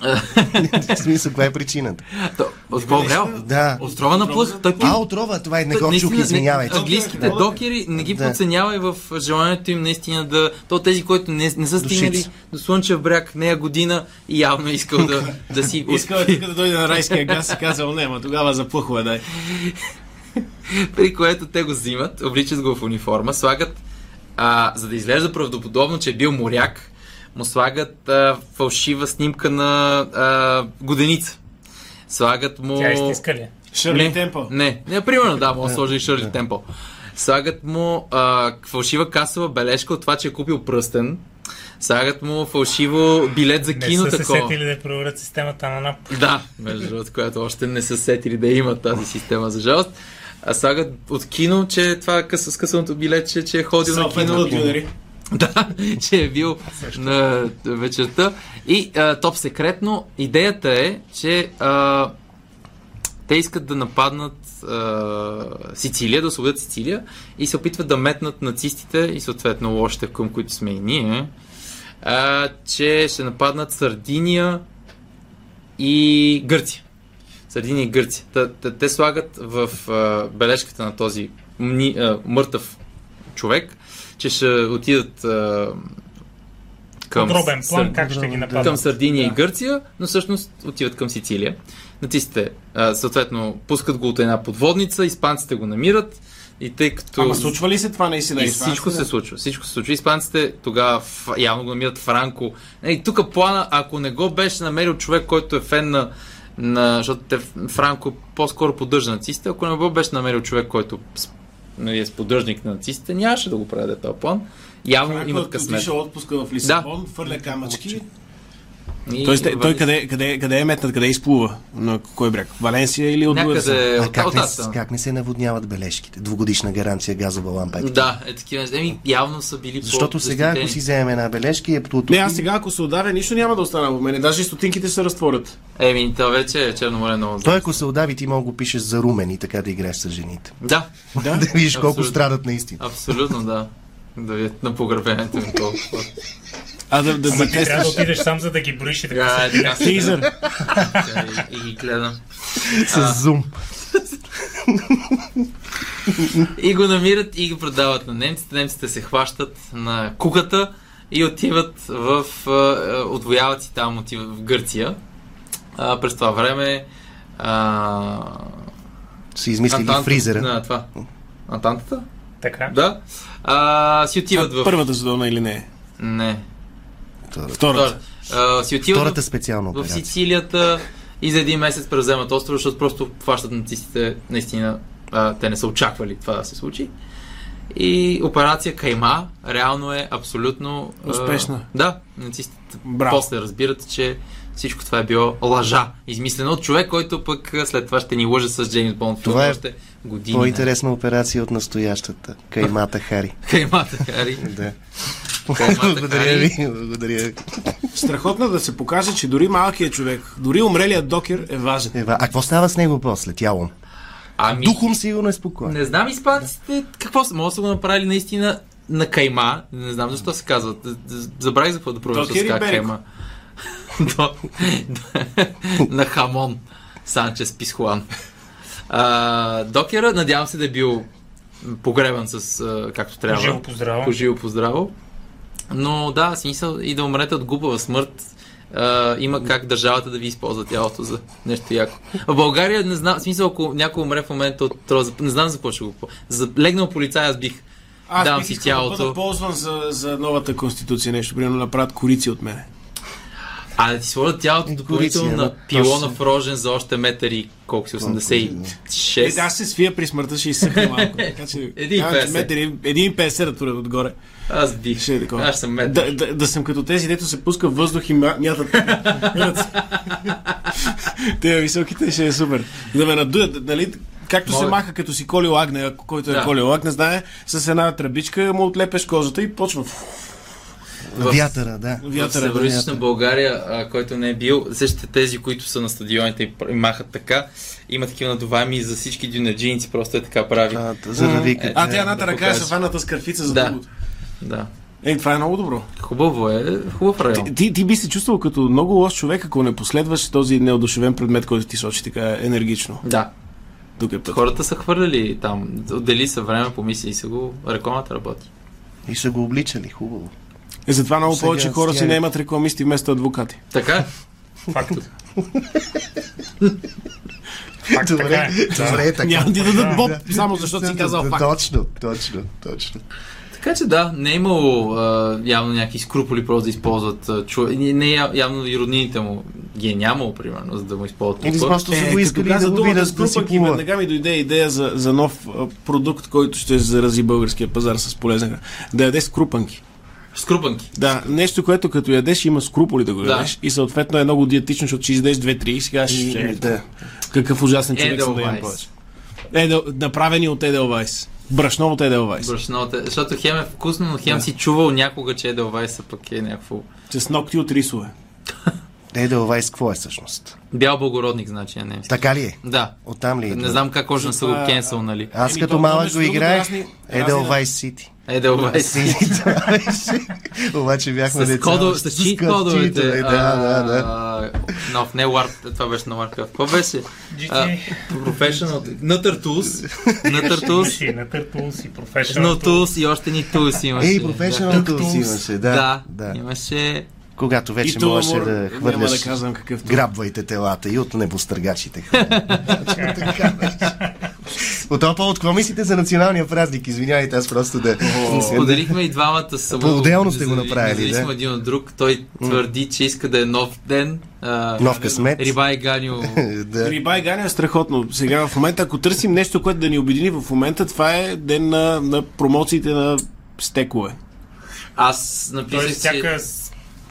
В смисъл, каква е причината?
То- е От какво умрял?
Да.
Острова на плъх. Той
А, отрова, това е, не го
Наистина,
чух,
не-
извинявайте.
Английските
Да.
докери не ги
Да.
подценявай в желанието им наистина да... То тези, които не, не са стигнали
Душици.
до Слънчев бряг нея година, явно е искал да, да си...
Искал е. тук да дойде на райския газ и казал, не, ма тогава за плъхове дай.
При което те го взимат, обличат го в униформа, слагат, а, за да изглежда правдоподобно, че е бил моряк, му слагат а, фалшива снимка на а, годеница. Слагат му...
Тя е изтиска ли?
Шърли
не,
Темпъл.
Не, не, примерно, да, мога да сложи и Шърли Темпъл. Слагат му а, фалшива касова бележка от това, че е купил пръстен. Слагат му фалшиво билет за
Не
кино
са се
такова.
сетили да проверят системата на НАП.
Да, между другото, която още не са сетили да има тази система за жалост. А слагат от кино, че това къс, с късаното билет, че, че е ходил на
Салфетка
кино.
от дюнери.
Да, че е бил на вечерта. И а, топ секретно, идеята е, че а, те искат да нападнат а, Сицилия, да освободят Сицилия и се опитват да метнат нацистите и съответно лошите, към които сме и ние, а, че ще нападнат Сардиния и Гърция. Сардиния и Гърция. Та, та, те слагат в а, бележката на този мни, а, мъртъв човек, че ще отидат а, към
Подробен план
Сър-
как ще ги нападнат.
към Сардиния
Да.
и Гърция, но всъщност отиват към Сицилия. Нацистите, а, съответно, пускат го от една подводница, испанците го намират и тъй като...
Ама случва ли се това наистина?
е- И всичко се случва. Всичко се случва. Испанците тогава ф- явно го намират Франко. Е, И тук плана, ако не го беше намерил човек, който е фен на, на защото те, Франко по-скоро поддържа нацистите, ако не го беше намерил човек, който с- нали, е поддържник на нацистите, нямаше да го прави този план. Явно
е
имат късмет.
Отиша отпуска в Лисабон, фърля камъчки.
И
Тоест, те- той
вали-
къде, къде, къде е метнат, къде изплува? На кой бряг? Валенсия или от другата страна?
Някъде
А
от,
как
от
не,
тази страна.
как не се наводняват бележките? Двугодишна гаранция газова лампа. е такива.
Да, е такива неща. Еми, явно са били
Защото сега, ако си
по-защитени.
вземем една бележка и е плутотин,
Не, аз сега, ако се ударя, нищо няма да остане в мене. Даже и стотинките ще се разтворят.
Еми, това вече е Черно море много.
той ако се удави, ти мога го пишеш за румен и така да играеш с жените.
Да,
Да, да видиш колко
Абсолютно.
страдат наистина.
абсолютно да. Да ви е на погребението ми толкова.
А да, да,
Ами,
Ама ти трябва да
затестваш.
отидеш сам, за да ги броиш и да
Сега е така. си
Тизър.
гледам И, и ги гледам.
С зум.
И го намират и го продават на немците. Немците се хващат на куката и отиват в... а, а, Отвояват си там, отиват в Гърция. А, през това време а,
Си измислили фризера.
на това. Антантата?
Така.
Да. А, си отиват в...
Първата зона или не?
Не.
Втората,
Втората.
А, си отиват
втората
в,
специална
в
операция.
Сицилията и за един месец превземат острова, защото просто хващат нацистите, наистина а, те не са очаквали това да се случи. И операция Кайма реално е абсолютно... а,
Успешна.
да, нацистите
Браво.
после разбират, че всичко това е било лъжа, измислено от човек, който пък а, след това ще ни лъже с Джеймс Бонд.
Това е
още години.
По-интересна операция от настоящата. Каймата Хари.
Каймата, Хари.
Да.
Каймата
Благодаря
Хари.
ви. Благодаря ви.
Страхотно да се покаже, че дори малкият човек, дори умрелият докер е важен.
Ева, а какво става с него после? Тялом.
Ами,
Духом сигурно е спокоен.
Не знам испанците какво са. Може да са го направили наистина на кайма. Не знам защо се казват. Забравих за какво да проверя
До
с
Кири
как
Берег.
кайма. До- на хамон Санчес Писхуан. А, докера, надявам се да е бил погребан с а, както трябва.
Живо поздраво.
Поживо поздраво. Но да, смисъл и да умрете от глупава смърт. А, има как държавата да ви използва тялото за нещо яко. В България не знам, в смисъл, ако някой умре в момента от троза, не знам за какво ще го по- За легнал полицай аз бих.
Аз
Дам
бих
си
искал да
тялото.
бъда ползван за, за новата конституция нещо. Примерно направят корици от мене.
А да ти сложат тялото
И
допълнително
корици,
на
да.
пилона
Точно.
в рожен за още метър и колко си,
Е,
86.
аз се свия при смъртта, ще изсъхна малко. Така че,
Един
казвам, че
песен.
метър и- един песен да турят отгоре.
Аз бих.
Ще е такова.
Аз съм метър.
Да, да, да съм като тези, дето се пуска въздух и мя- мятат ръце. Те високите ще е супер. Да ме надуят, нали? Както се
Мога.
маха като си колил агне, ако който е
Да.
колил агне, знае, с една тръбичка му отлепеш кожата и почва
в-
Вятъра, да.
в
вятъра. да-
Североизточна България, а, който не е бил, същите тези, които са на стадионите и пр- и махат така, има такива надуваеми за всички дюнаджийници, просто е така прави.
А, за да викат.
А, тя едната
да
ръка е
покажеш.
сафаната с кърфица за
Да.
другото.
Да.
Е, това е много добро.
Хубаво е, хубав район.
Ти, ти, ти би се чувствал като много лош човек, ако не последваш този неодушевен предмет, който ти сочи така енергично.
Да,
Тук е път.
хората са хвърляли там, отдели са време, помисли и са го, рекламата работи.
е. И са го обличали. Хубаво.
Е, затова много
Сега е.
повече хора си
стягат.
наемат рекламисти вместо адвокати.
Така,
Факт. Факт, така е. Да.
Добре, така.
Няма ти да дадат боб, само защото си казал факт.
Точно, точно, точно.
така че да, не е имало а, явно някакви скруполи просто да използват а, чу... не, не, я- явно и роднините му ги е нямало, примерно, за да му използват
Или
толкова.
просто са го искали
Е, като
да
каза
го
думата
видят да си
скрупък и
плува.
веднага ми дойде идея за, за нов а, продукт, който ще зарази българския пазар с полезен. храна. Да яде скрупанки.
Скрупанки.
Да, нещо, което като ядеш има скруполи да го
Да.
ядеш. И съответно е много диетично, защото ще изядеш 2-3 и сега ще... е.
И- Е, Да.
Какъв ужасен човек съм да ям повече.
Edelweiss.
Едел, направени от Edelweiss. Брашно от Edelweiss.
Брашнота, защото хем е вкусно, но хем
Да.
си чувал някога, че Edelweiss пък е някакво...
С ногти от рисове.
Edelweiss, какво е всъщност?
Бял благородник, значи на немски.
Така ли е?
Да.
Оттам ли е?
Не знам как още не са го
Затова-
кенсъл, нали?
Аз
Еми,
като
то,
малък
между
го
другото,
играех
разни-
Edelweiss City.
Edelweiss.
Обаче бяхме
Е, С,
деца.
кодо,
още
с чит
картите,
кодовете.
Да, да, да.
Нов, не Warp, това беше на Warp. Какво беше? А, Professional. Nutter Tools. Nutter Tools.
Имаше и на Търтулс и
No
Professional Tools.
Tools и още ни Tools имаше.
Ей, професионалното си имаше, да.
Да,
да.
имаше...
Когато вече Е, можеше
Тулъмур,
да
Няма да
хвърляш,
казвам какъв е. Гра...
грабвайте телата и от небостъргачите. хвърля. Точно така беше. От това повод, какво мислите за националния празник? Извинявайте, аз просто да...
Споделихме и двамата с Сабо.
По-отделно сте го направили,
Независимо
да.
един от друг. Той твърди, че иска да е нов ден. а,
Нов късмет.
Риба и Ганю.
Да.
Риба и Ганя е страхотно. Сега в момента, ако търсим нещо, което да ни обедини в момента, това е ден на, на промоциите на стекове.
Аз написах,
Тоест,
че...
всяка,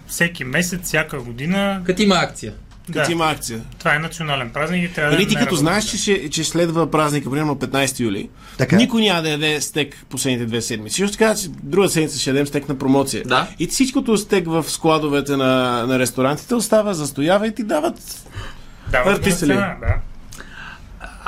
всеки месец, всяка година.
Като има акция.
Да,
Като има акция.
това е национален празник и трябва да.
Нали ти
не
като
работи.
знаеш, че, ще- че следва празника, примерно 15 юли,
е.
Така.
никой няма да яде стек последните две седмици. Също така, че друга седмица ще ядем стек на промоция.
Да.
И всичкото стек в складовете на, на ресторантите остава, застоява и ти дават
Дават му
артисти ли?
цена, да.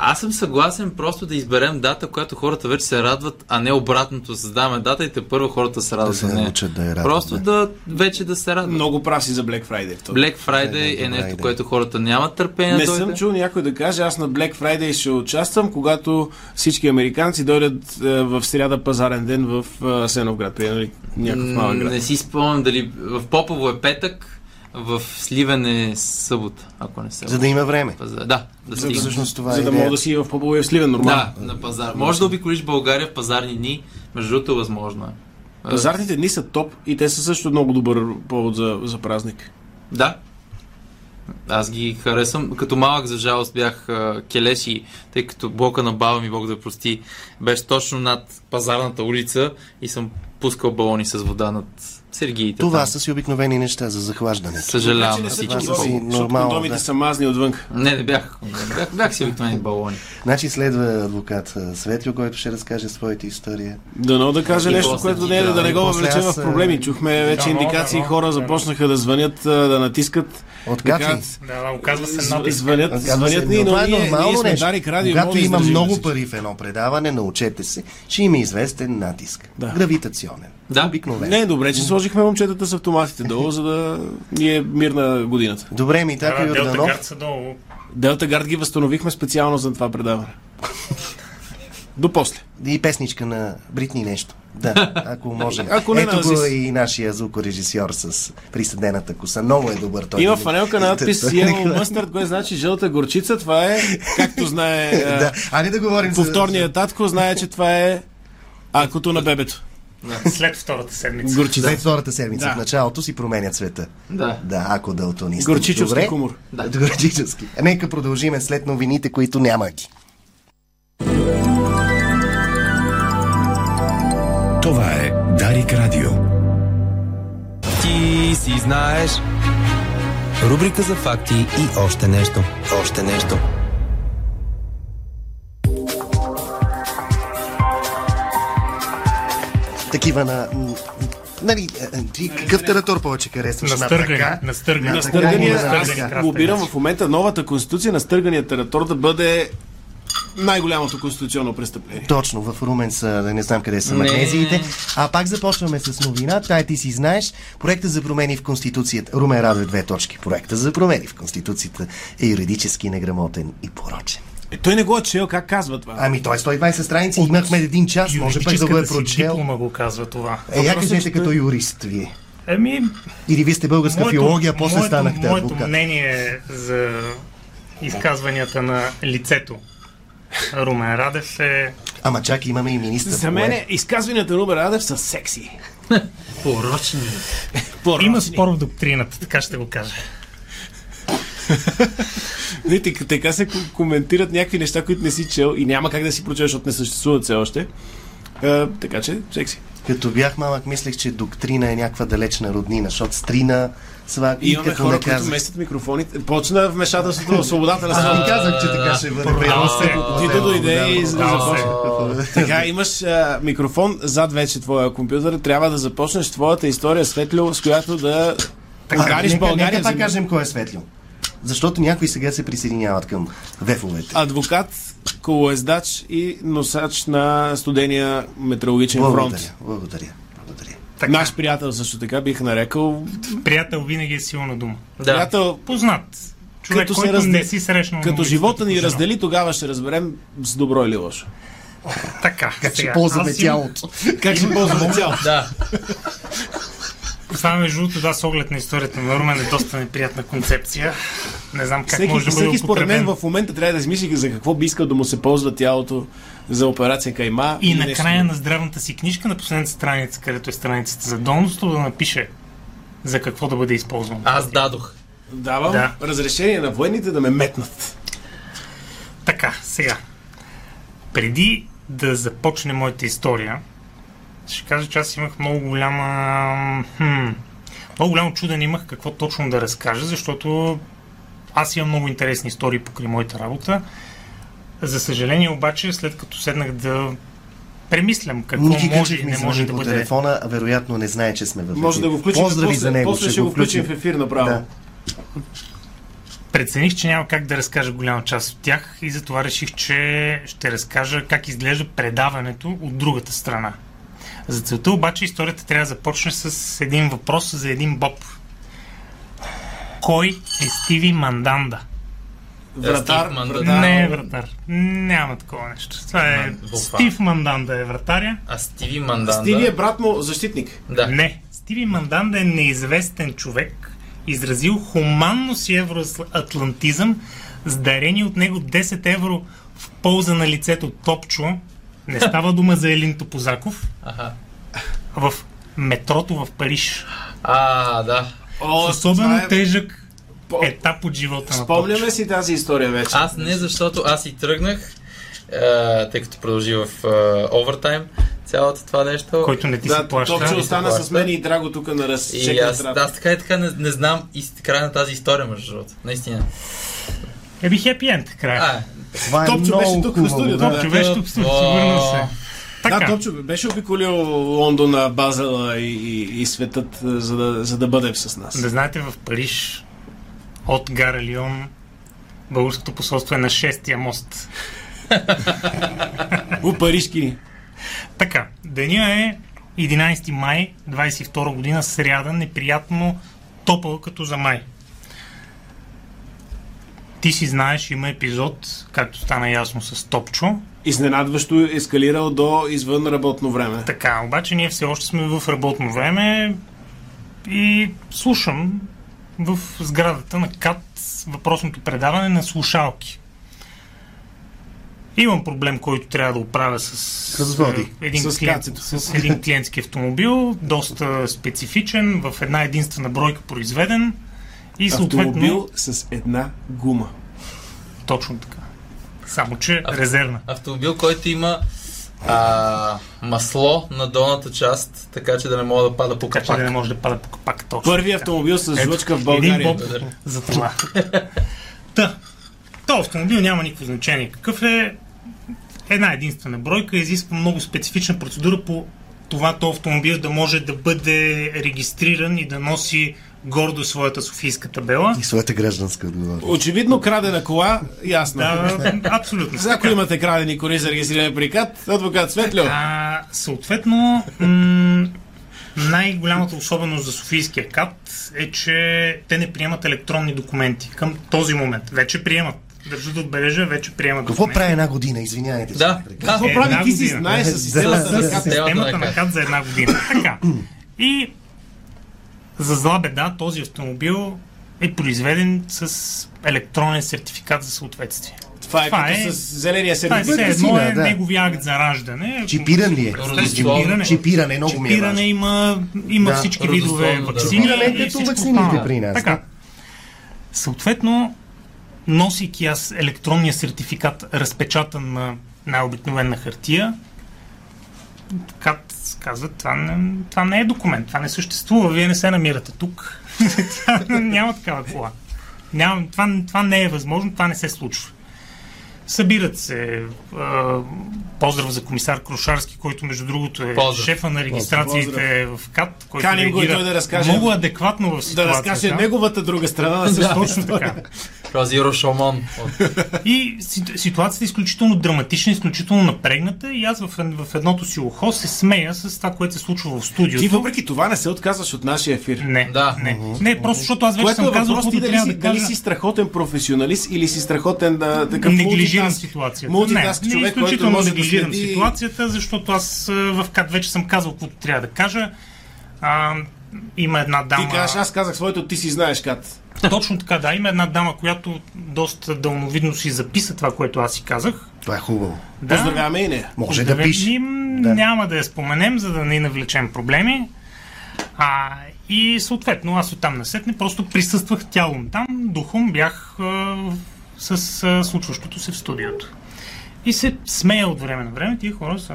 Аз съм съгласен просто да изберем дата, която хората вече се радват, а не обратното. Създаваме дата и те първо хората се радват.
се
за нея.
научат да я радват,
Просто
да.
да вече да се радват.
много праси за Black Friday. в
Black Friday
Black
е нещо,
Friday.
което хората нямат търпение
Не
да
съм
дойде.
чул някой да каже, аз на Black Friday ще участвам, когато всички американци дойдат е, в сряда пазарен ден в е, Асеновград, примерно или някакъв малък
М,
град.
Не си спомням дали в Попово е петък, в Сливен е събота, ако не се
За да има време.
пазар. Да, да
Да,
стигнем.
Всъщност това е
За да мога
идеята.
да си и в Попово и в Сливен, нормално.
Да, на пазар. Може да обиколиш България в пазарни дни, между другото, възможно е.
Пазарните дни са топ и те са също много добър повод за, за празник.
Да. Аз ги харесвам. Като малък, за жалост, бях а, келеши, тъй като блока на баба ми, Бог да прости, беше точно над пазарната улица и съм пускал балони с вода над сергиите.
Това
там.
са си обикновени неща за захваждането.
Съжалявам
Че
на
Значи не са
всички.
това
кондоми,
си
защото
нормално,
кондомите
да.
са мазни отвън.
Не, не бях. Бях, бях си обикновени балони.
Значи следва адвокат а, Светлио, който ще разкаже своята история.
Дано да каже
И
нещо,
после
което
ти
не е
трябва.
да не
И
го
после
влече в
аз, а,
проблеми. Чухме вече
дано,
индикации,
дано,
хора
дано.
започнаха да звънят, а, да натискат.
От
да
Кати.
кажат,
Да, да, оказва се
Зв-
натиск.
Звънят,
Аз казвам
звънят
се, но
ни, но
това е
ние, ние
нормално
сме
нещо.
Дарик Радио.
Когато
може да
има
издържим
много
всички.
пари в едно предаване, научете се, ще има известен натиск.
Да.
Гравитационен.
Да.
Обикновен.
Не, добре, че сложихме момчетата с автоматите долу, за да ни е мирна годината.
Добре, ми така
Да, Делта
Йорданов.
Гард са долу.
Делта Гард ги възстановихме специално за това предаване. До после.
И песничка на Бритни нещо. Да, ако може.
Ако не, на
Ето го
Азис.
и нашия звукорежисьор с присъдената коса. Много е добър той.
Има фанелка на надпис
Той-
Yellow Mustard, което значи жълта горчица. Това е, както знае а,
Да, а не да говорим за-
повторният татко, знае, че това е акото на бебето.
След втората седмица.
Горчица.
След втората седмица,
Да.
в началото си променя цвета.
Да.
Да, ако дълтонист.
Горчичовски
Добре?
хумор.
Да. Горчичовски. Нека продължиме след новините, които няма ги.
Това е Дарик Радио.
Ти си знаеш. Рубрика за факти и още нещо. Още нещо.
Такива на... м, Нали, е, ти какъв тератор повече харесваш? На
Настъргани,
ръка?
настъргани.
На
Настъргани,
ръка или
Стъргания,
на
настъргани.
аз
ръка?
лобирам в момента новата конституция на стъргания тератор да бъде най-голямото конституционно престъпление.
Точно, в Румен са, не знам къде са
Не.
магнезиите. А пак започваме с новина. Тай ти си знаеш, проекта за промени в Конституцията. Румен Радо две точки. Проекта за промени в Конституцията е юридически неграмотен и порочен.
Е, той не го е чел, как казва това?
Ами той е 120 страници, имахме един час, може пък да го е
Юридическата си
прочел.
диплома го казва това.
Е, я
Въпросът е,
кажете
че
като
той-
юрист вие.
Ами,
Или вие сте българска филология, после
моето,
станахте
моето
адвокат.
мнение за изказванията на лицето Румен Радев е
Ама чак имаме и министър.
За мен е, изказванията на Рубен Радев са секси.
Порочни.
Порочни.
Има спор в доктрината, така ще го кажа.
Видите, к- така се ко- коментират някакви неща, които не си чел и няма как да си прочел, защото не съществуват все още. Е, така че, секси.
Като бях малък, мислех, че доктрина е някаква далечна роднина, защото стрина, свак и
Имаме
като
хора,
не
които
казах.
местят микрофоните. Почна вмешателството в свободата на
Аз
словото.
ви казах, че така ще бъде.
Продава се.
Тито дойде и е. за-
започна.
Така, имаш а, микрофон зад вече твоя компютър. Трябва да започнеш твоята история светло, с която да покариш България.
Нека пак
за-
кажем кой е светлил. Защото някои сега се присъединяват към вефовете.
Адвокат, колоездач и носач на студения метеорологичен
Благодаря,
фронт.
благодаря, благодаря.
Така,
Наш приятел също така бих нарекал.
приятел винаги е силна дума.
Да.
Приятел,
Познат. Човек,
Като се
който
разде-
не си срещнал. на
като
улицата,
живота ни
познал.
раздели, тогава ще разберем с добро или лошо.
Така. Как
Ще ползваме тялото.
Как ще ползваме цяло?
Да.
Това между другото, да, с оглед на историята на Румен е доста неприятна концепция. Не знам как
Всеки,
може да бъде
всеки според мен
употребен.
в момента трябва да измисли за какво би искал да му се ползва тялото за операция Кайма.
И
или нещо
накрая
друго.
на здравната си книжка, на последната страница, където е страницата за донорство, да напише за какво да бъде използвано.
Аз дадох.
Давам
Да.
разрешение на военните да ме метнат.
Така, сега. Преди да започне моята история, ще кажа, че аз имах много голяма... Хм, много голямо чуден имах какво точно да разкажа, защото аз имам много интересни истории покрай моята работа. За съжаление обаче, след като седнах да премислям какво
Ники
може
Кънчев
и
ми
не може
звъни
да
по
бъде
телефона, а вероятно не знае, че сме в
Може
ефир.
да го включим.
Поздрави
после,
за него,
после ще го включим в ефир направо.
Да.
Прецених, че няма как да разкажа голяма част от тях и затова реших, че ще разкажа как изглежда предаването от другата страна. За целта обаче историята трябва да започне с един въпрос за един боб. Кой е Стиви Манданда?
Вратар,
Стив Мандър.
вратар.
Не е вратар. Няма такова нещо. Това е...
Ман- Буква.
Стив Манданда е вратаря.
А Стиви Манданда.
Стиви е брат му защитник.
Да.
Не. Стиви Манданда е неизвестен човек, изразил хуманно си евроатлантизъм с дарени от него 10 евро в полза на лицето Топчо. Не става дума за Елин Топозаков.
Аха.
В метрото в Париж.
А, да.
О,
Особено Е,
това е-
тежък
по-
етап от живота на Попчо.
Спомняме си тази история вече.
Аз не, защото аз и тръгнах, а, тъй като продължи в а, овертайм цялото това нещо.
който не ти
да,
се плаща.
Топче
ми се
остана с
плаща.
мен и Драго тук на
И
разчека
аз, аз така и така не, не знам и с- края на тази история, между другото. Наистина.
Еби хепи енд края.
А,
Това е
Топчо
много
беше тук в
хубаво,
студиото,
да.
да.
Топчо беше тук,
О.
сигурно се. Така,
Да, Топчо беше обиколил Лондона, Базела и, и, и светът, а, за да, за да бъде с нас.
да знаете, в Париж от Гара Лион българското посолство е на шестия мост.
У парижки ни.
Така, деня е 11 май 22 година, сряда, неприятно топъл като за май. Ти си знаеш, има епизод, както стана ясно с Топчо.
Изненадващо ескалирал до извън работно време.
Така, обаче ние все още сме в работно време и слушам в сградата на КАТ въпросното предаване на слушалки. Имам проблем, който трябва да оправя с,
С води.
е, един,
С
клиент,
кацето.
с един клиентски автомобил, доста специфичен, в една единствена бройка произведен и съответно...
Автомобил с една гума.
Точно така. Само, че резервна.
автомобил, който има а, масло на долната част, така че да не мога да пада по
Така че да не
капак.
може да пада по капак. Точно
Първи
така.
автомобил с
Ето,
жлъчка в България.
Един боб за това. Та, то автомобил няма никакво значение. Какъв е една единствена бройка, изисква много специфична процедура по това то автомобил да може да бъде регистриран и да носи гордо своята софийска табела.
И своята гражданска отговорност.
Очевидно крадена кола, ясно.
Да, абсолютно.
За ако имате крадени коли за регистриране прикат, адвокат Светлио.
А, съответно, м- най-голямата особеност за Софийския кат е, че те не приемат електронни документи към този момент. Вече приемат. Държа да отбележа, вече приемат
Какво
документи.
прави една година? Извинявайте. че
Да,
ви прекъсвам.
да,
Какво прави? Ти си
година.
знаеш
Да,
с
да,
системата на
да.
КАТ.
системата
да
на
е
КАТ за една година. Така. И за зла беда този автомобил е произведен с електронен сертификат за съответствие.
Това е
Това
като
е-
с зеления
Това е
сервис.
все
бъде
едно
сина,
е
да.
неговия акт за раждане.
Чипиран ли е?
Чипиране.
Чипиране, много ми е
Чипиране
важно.
има, има
Да.
всички
Родословно,
видове
да.
вакцини.
Чипиране е
и
като
всичко
вакцините
останало.
при нас,
Така.
да.
Съответно, носейки аз електронния сертификат, разпечатан на най-обикновена хартия, Кат казват, това не, това не е документ, това не съществува, вие не се намирате тук. Това Няма такава кола. Няма, това, това не е възможно, това не се случва. Събират се. А, поздрав за комисар Крушарски, който между другото е
Поздрав.
шефа на регистрациите в КАТ, който
Каним го и
реагира
той да разкаже-
много адекватно в
Да
ситуацията.
разкаже неговата друга страна на същото.
Точно така.
Този Рошомон. от-
И си- ситуацията е изключително драматична, изключително напрегната и аз в, в едното си ухо се смея с това, което се случва в студиото.
Ти въпреки това не се отказваш от нашия ефир.
Не,
Да.
не. Не, просто защото аз вече
Което е
съм казал,
въпрос ти дали
каквото трябва
си,
да
дали
кажа.
си страхотен професионалист или си страхотен а, такъв
неглижирам
мултитаск.
ситуацията.
Мултитаск
не, не,
човек, който
изключително
може да
неглижирам
следи-
ситуацията, защото аз а, в КАД вече съм казал каквото трябва да кажа. А, има една дама...
Ти кажеш, аз казах своето, ти си знаеш Кат.
Точно така, да. Има една дама, която доста дълновидно си записа това, което аз си казах.
Това е хубаво.
Да.
Поздравяваме и нея.
Може да пише.
Да. Няма да я споменем, за да не навлечем проблеми. А, и съответно, аз оттам насетне просто присъствах тялом там, духом бях а, с а, случващото се в студиото. И се смея от време на време, тия хора са.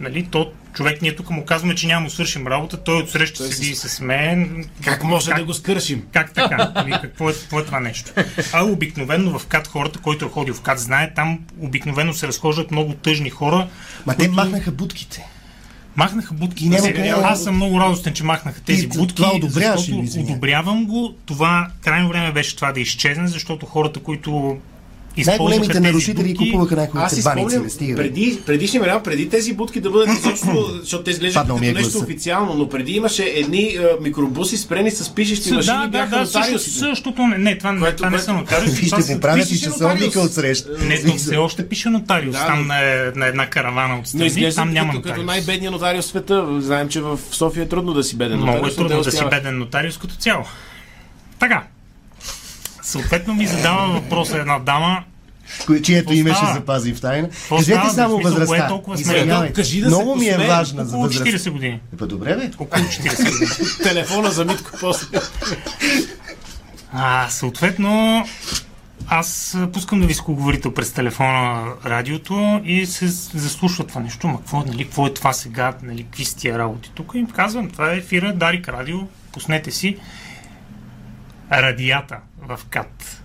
Нали, то човек, ние тук му казваме, че няма да му свършим работа, той отсреща
Той
седи
се-
и се смее.
Как може да го скършим?
Как така? Нали, какво, е, какво е това нещо? А обикновено в КАТ хората, който е ходил в КАТ, знае, там обикновено се разхождат много тъжни хора.
Ма те махнаха будките.
Махнаха будки.
И няма
Сега,
по-малко
аз съм много радостен, че махнаха тези
Ти
будки.
това одобряваш ли,
защото
извиня?
одобрявам го. Това крайно време беше това да изчезне, защото хората, които използваха
Най-големите
тези
нарушители
будки,
купуваха
Аз
най-хубавите баници.
си спомням,
Не стига. бе.
преди, предишния вариант, преди тези будки да бъдат изобщо, защото те изглеждат
Паднал
като
ми е
нещо
гласа.
официално, но преди имаше едни а, микробуси спрени с пишещи
Да,
машини,
да, да,
бяха
да също,
нотариусите.
същото не, не, това, не-
Което-
това не
което-
са нотариуси.
И
това
ще
са-
поправят и
пишеш
ще
ли
се облика
нотариус?
отсреща.
Не, то все още пише нотариус
Да,
там
но-
на, е- на една каравана от
Но
страни,
изглежда
Ами, там няма
като, като
нотариус.
най-бедния нотариус в света. Знаем, че в София е трудно да си беден
Много е
нотариус, но те
трудно да си
успяват.
беден нотариус като цяло. Така. Съответно ми задава въпроса една дама,
кое- чието
Какво
име ще
става?
запазим в тайна.
Какво
Кажете
става, бе?
само
В смисъл, кое е
възрастта.
толкова смешно?
Извинявайте.
Да, кажи да се
Много ми е
посмеем.
важна за
Около
възрастта.
40 години.
Е, па добре, бе.
Около 40 години.
Телефона за Митко после.
А, съответно, аз а, пускам на високоговорител през телефона радиото и се з- заслушва това нещо. Ма какво, нали, какво е това сега? Нали, какви са тия работи? Тук им казвам, това е ефира Дарик Радио. Пуснете си радията в КАТ.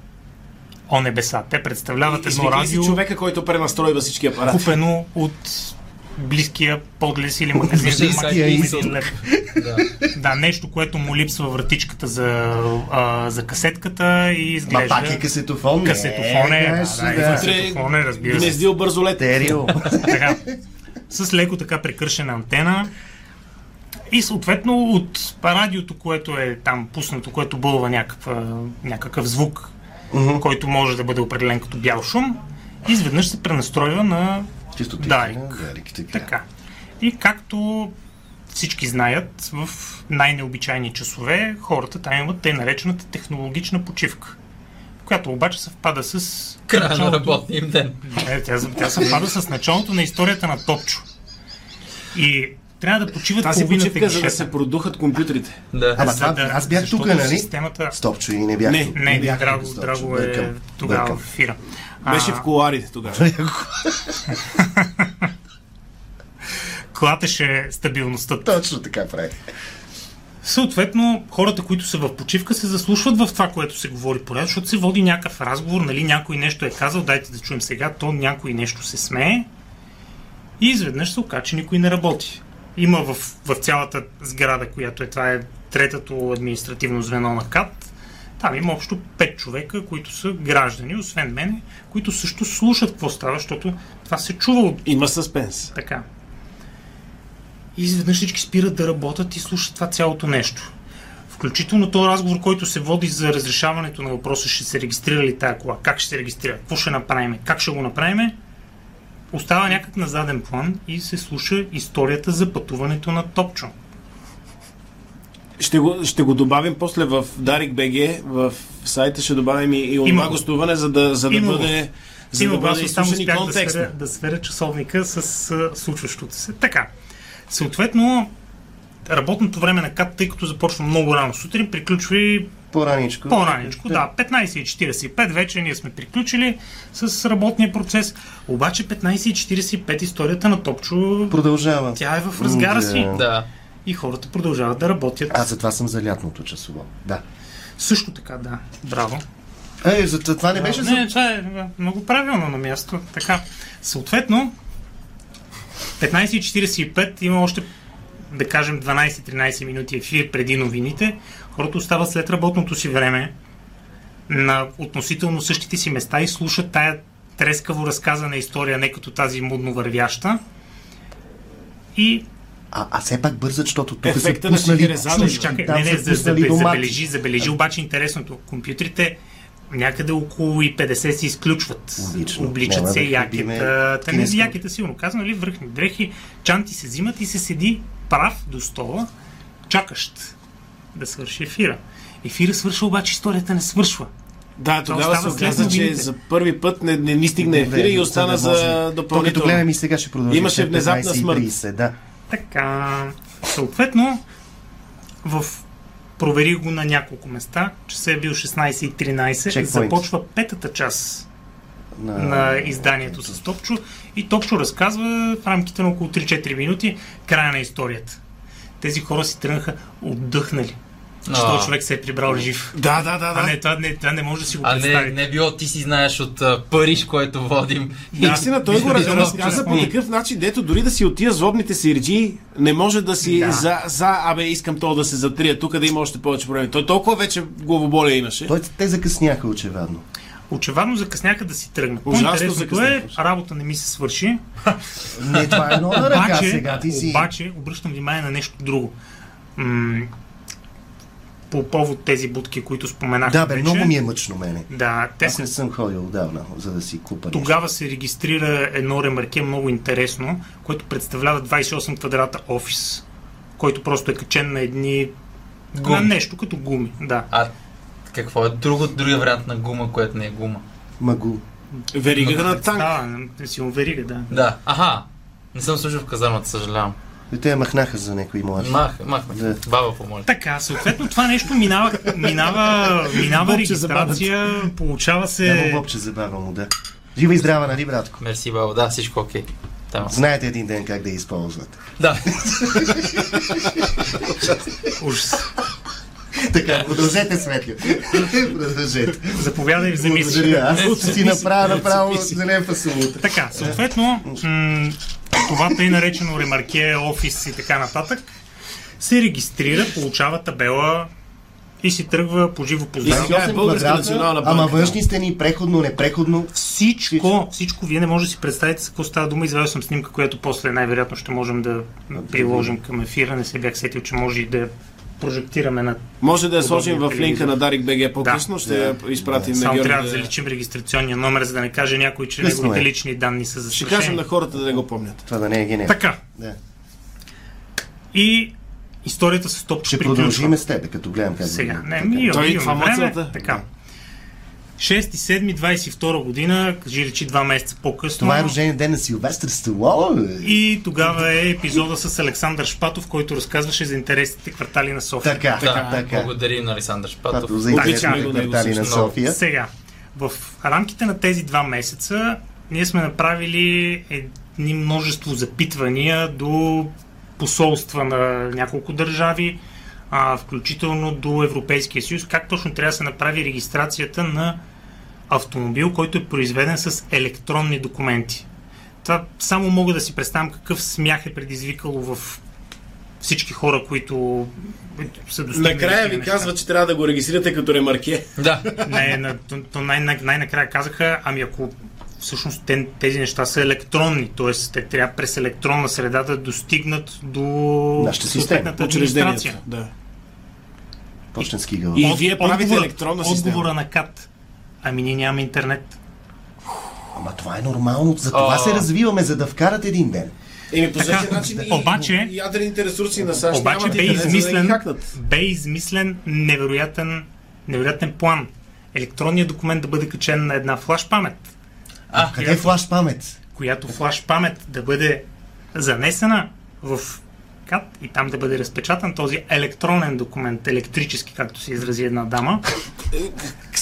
О небеса. Те представляват едно
Извикай си
радио,
човека, който пренастройва всички апарати.
купено от близкия подлес или магазин за
Близкия изток.
магазин. Да, нещо, което му липсва вратичката за, а, за касетката и
Ма
изглежда...
пак е касетофон. не?
Касетофон е,
Знаеш,
да, да, и
да.
касетофон е, разбира се. е
Гнездил бързо лет.
Стерео.
Така, с леко така прекършена антена. И съответно от радиото, което е там пуснато, което бълва някаква, някакъв звук, uh-huh. който може да бъде определен като бял шум, изведнъж се пренастройва на
Чисто ти.
Дарик.
Дарик, така.
Така. И както всички знаят, в най-необичайни часове хората там имат тъй наречената технологична почивка, която обаче съвпада с
Края на
началото-
работния им ден.
Не, тя, тя съвпада с началото на историята на Топчо. И трябва да почиват
Тази
половината
почивка, за да
гишета.
се продухат компютрите.
Да.
Ама това, аз бях тук,
защото
нали?
Системата...
Стопчо и не бях
Не,
тук.
Не, не,
бях
драго,
тук с Топчо.
драго е
Бъркам.
тогава в
Бъркам.
ефира.
Беше
А,
в коларите тогава.
клатеше стабилността.
Точно така прави.
Съответно, хората, които са в почивка, се заслушват в това, което се говори по радио, защото се води някакъв разговор, нали, някой нещо е казал, дайте да чуем сега, то някой нещо се смее и изведнъж се оказа, че никой не работи. Има в, в цялата сграда, която е, това е третото административно звено на КАТ, там има общо 5 човека, които са граждани, освен мене, които също слушат какво става, защото това се чува от
Има съспенс.
така. И изведнъж всички спират да работят и слушат това цялото нещо. Включително този разговор, който се води за разрешаването на въпроса, ще се регистрира ли тая кола, как ще се регистрира, какво ще направим, как ще го направим, остава някак на заден план и се слуша историята за пътуването на Топчо.
Ще го, ще го добавим после в Дарик БГ, в сайта ще добавим и, и
Има
онова
го.
гостуване, за да, за да
Има го.
бъде, за
Има
да бъде
гласа, само
изслушан и
успях да
контекст.
сверя, да сверя часовника с а, случващото се. Така. Съответно, работното време на КАТ, тъй като започва много рано сутрин, приключва и
По-раничко.
По-раничко, да. 15.45 вече ние сме приключили с работния процес. Обаче 15.45 историята на Топчо,
Продължава.
тя е в разгара си.
Да.
Да.
И хората продължават да работят.
Аз затова съм за лятното часово. Да.
Също така, да. Браво.
Е, за това не беше за...
Не, това е да, много правилно на място. Така. Съответно, 15.45 има още да кажем 12-13 минути ефир преди новините. Хората остават след работното си време на относително същите си места и слушат тая трескаво разказана история, не като тази мудно вървяща. И
А, а все пак бързат, защото тук са
Ефекта на
пуснали...
Шехерезада.
Слушай,
Чакай,
там
не,
са
не, за, за,
пуснали домати.
забележи, забележи обаче интересното. Компютрите някъде около и 50 се изключват.
Отлично.
Обличат
Няма
се
да хлебиме
якета. Те не
кинеско.
якета, сигурно казано, ли, връхни дрехи, чанти се взимат и се седи прав до стола, чакащ да свърши ефира. Ефира свършва, обаче историята не свършва.
Да, тогава се
остава след
оказа, че
новините.
за първи път не, не ни стигна ефира и остана за
То, като
допълнително.
гледам и сега ще продължи.
Имаше
след
внезапна
15:30, Да.
Така. Съответно, в проверих го на няколко места, че се е бил 16.13,
Checkpoint.
започва петата част на изданието с Топчо и Топчо разказва в рамките на около 3-4 минути края на историята. Тези хора си тръгнаха отдъхнали, че този човек се е прибрал жив.
Да, да, да,
А
да.
не, това не, това не може да си го
А не,
представи.
не е било ти си знаеш от а, Париж, който водим.
Да.
Истина, той го раз-
Да.
разказа по такъв начин, дето дори да си отия злобните си реджи, не може да си
Да.
за, за, абе, искам то да се затрия, тук да има още повече проблеми. Той толкова вече главоболие имаше.
Той, те закъсняха очевадно.
Очевадно закъсняха да си тръгнат.
Ужасно
По-интересното е,
закъсняха.
работа не ми се свърши,
Не, това е едно на ръка сега. Ти си...
обаче, обръщам внимание на нещо друго. М- по повод тези будки, които споменах.
Да, бе, много ми е мъчно мене.
Да, те
Аз
са
не съм ходил отдавна, за да си купа нещо.
Тогава се регистрира едно ремарке много интересно, което представлява 28 квадрата офис, който просто е качен на едни
Гуми.
на нещо като гуми. Да.
А какво е друго, другия вариант на гума, което не е гума?
Магу.
Веригата на танк.
Да, не си му верига, да.
Да. Аха. Не съм служил в казармата, съжалявам.
И те я махнаха за някои младши.
Мах, махме.
Да.
Баба помоли.
Така, съответно това нещо минава, минава, минава
Бобче за
регистрация, получава
Едно
се...
бобче забавно му, да. Жива и здрава, нали, братко?
Мерси, баба. Да, всичко окей. Там.
Знаете един ден как да я използвате.
Да.
Ужас.
Така, продължете светля. Продължете.
Заповядай, вземи си.
Благодаря. Аз ще ти направя направо зелен фасолута.
Така, съответно, м- това тъй наречено ремарке, офис и така нататък, се регистрира, получава табела и си тръгва по живо по
И
здраво.
сега е Българска национална
Ама
банка.
външни стени, преходно, непреходно.
Всичко, всичко, вие не може да си представите за какво става дума. Извадил съм снимка, която после най-вероятно ще можем да приложим към ефира. Не се бях сетил, че може и да я прожектираме на...
Може да я сложим в
Подобни
линка на Дарик БГ по-късно, ще я изпратим на
Само трябва
Георги.
да заличим регистрационния номер, за да не каже някой, че
Лесно
неговите
е.
лични данни са
Ще кажем
застрашени.
на хората да не го помнят.
Това да не е гениално.
Така.
Да.
И историята с топче
Ще
приключва.
продължиме с теб, като гледам как
Сега.
го-
Не,
така.
ми
Той
имаме
това
време.
мацната.
Така. 6.7.22 година, кажи речи два месеца по-късно.
Това е рождения ден на Силвестър Сталон.
И тогава е епизода с Александър Шпатов, който разказваше за интересните квартали на София.
Така,
Да,
така.
благодарим на Александър Шпатов.
Пато за
Така.
интересните квартали на
Много.
София.
Сега, в рамките на тези два месеца ние сме направили едни множество запитвания до посолства на няколко държави, а, включително до Европейския съюз, как точно трябва да се направи регистрацията на автомобил, който е произведен с електронни документи. Това само мога да си представям какъв смях е предизвикало в всички хора, които са достигнали.
Накрая
тези
ви
неща.
казва, че трябва да го регистрирате като ремарке.
Да.
Не, на, то, то най, най, най-накрая казаха, ами ако всъщност те, тези неща са електронни, т.е. те трябва през електронна среда да достигнат до
Нашата система,
съответната
Учреждението.
администрация.
Да.
Почтенски гъл.
И вие правите
отговора-
електронна
Отговора
система.
на КАТ. Ами ние нямаме интернет.
Значи
Ама това е нормално. За това
А.
се развиваме, за да вкарат един ден.
Еми по
Така,
същия начин и-
обаче-
и ядрените ресурси на САЩ
Обаче
нямат
бе
интернет, за да ги
измислен,
хакнат.
бе измислен невероятен, невероятен план. Електронният документ да бъде качен на една флаш памет.
А,
Къде е флаш памет?
която флаш памет да бъде занесена в кат и там да бъде разпечатан този електронен документ, електрически, както се изрази една дама.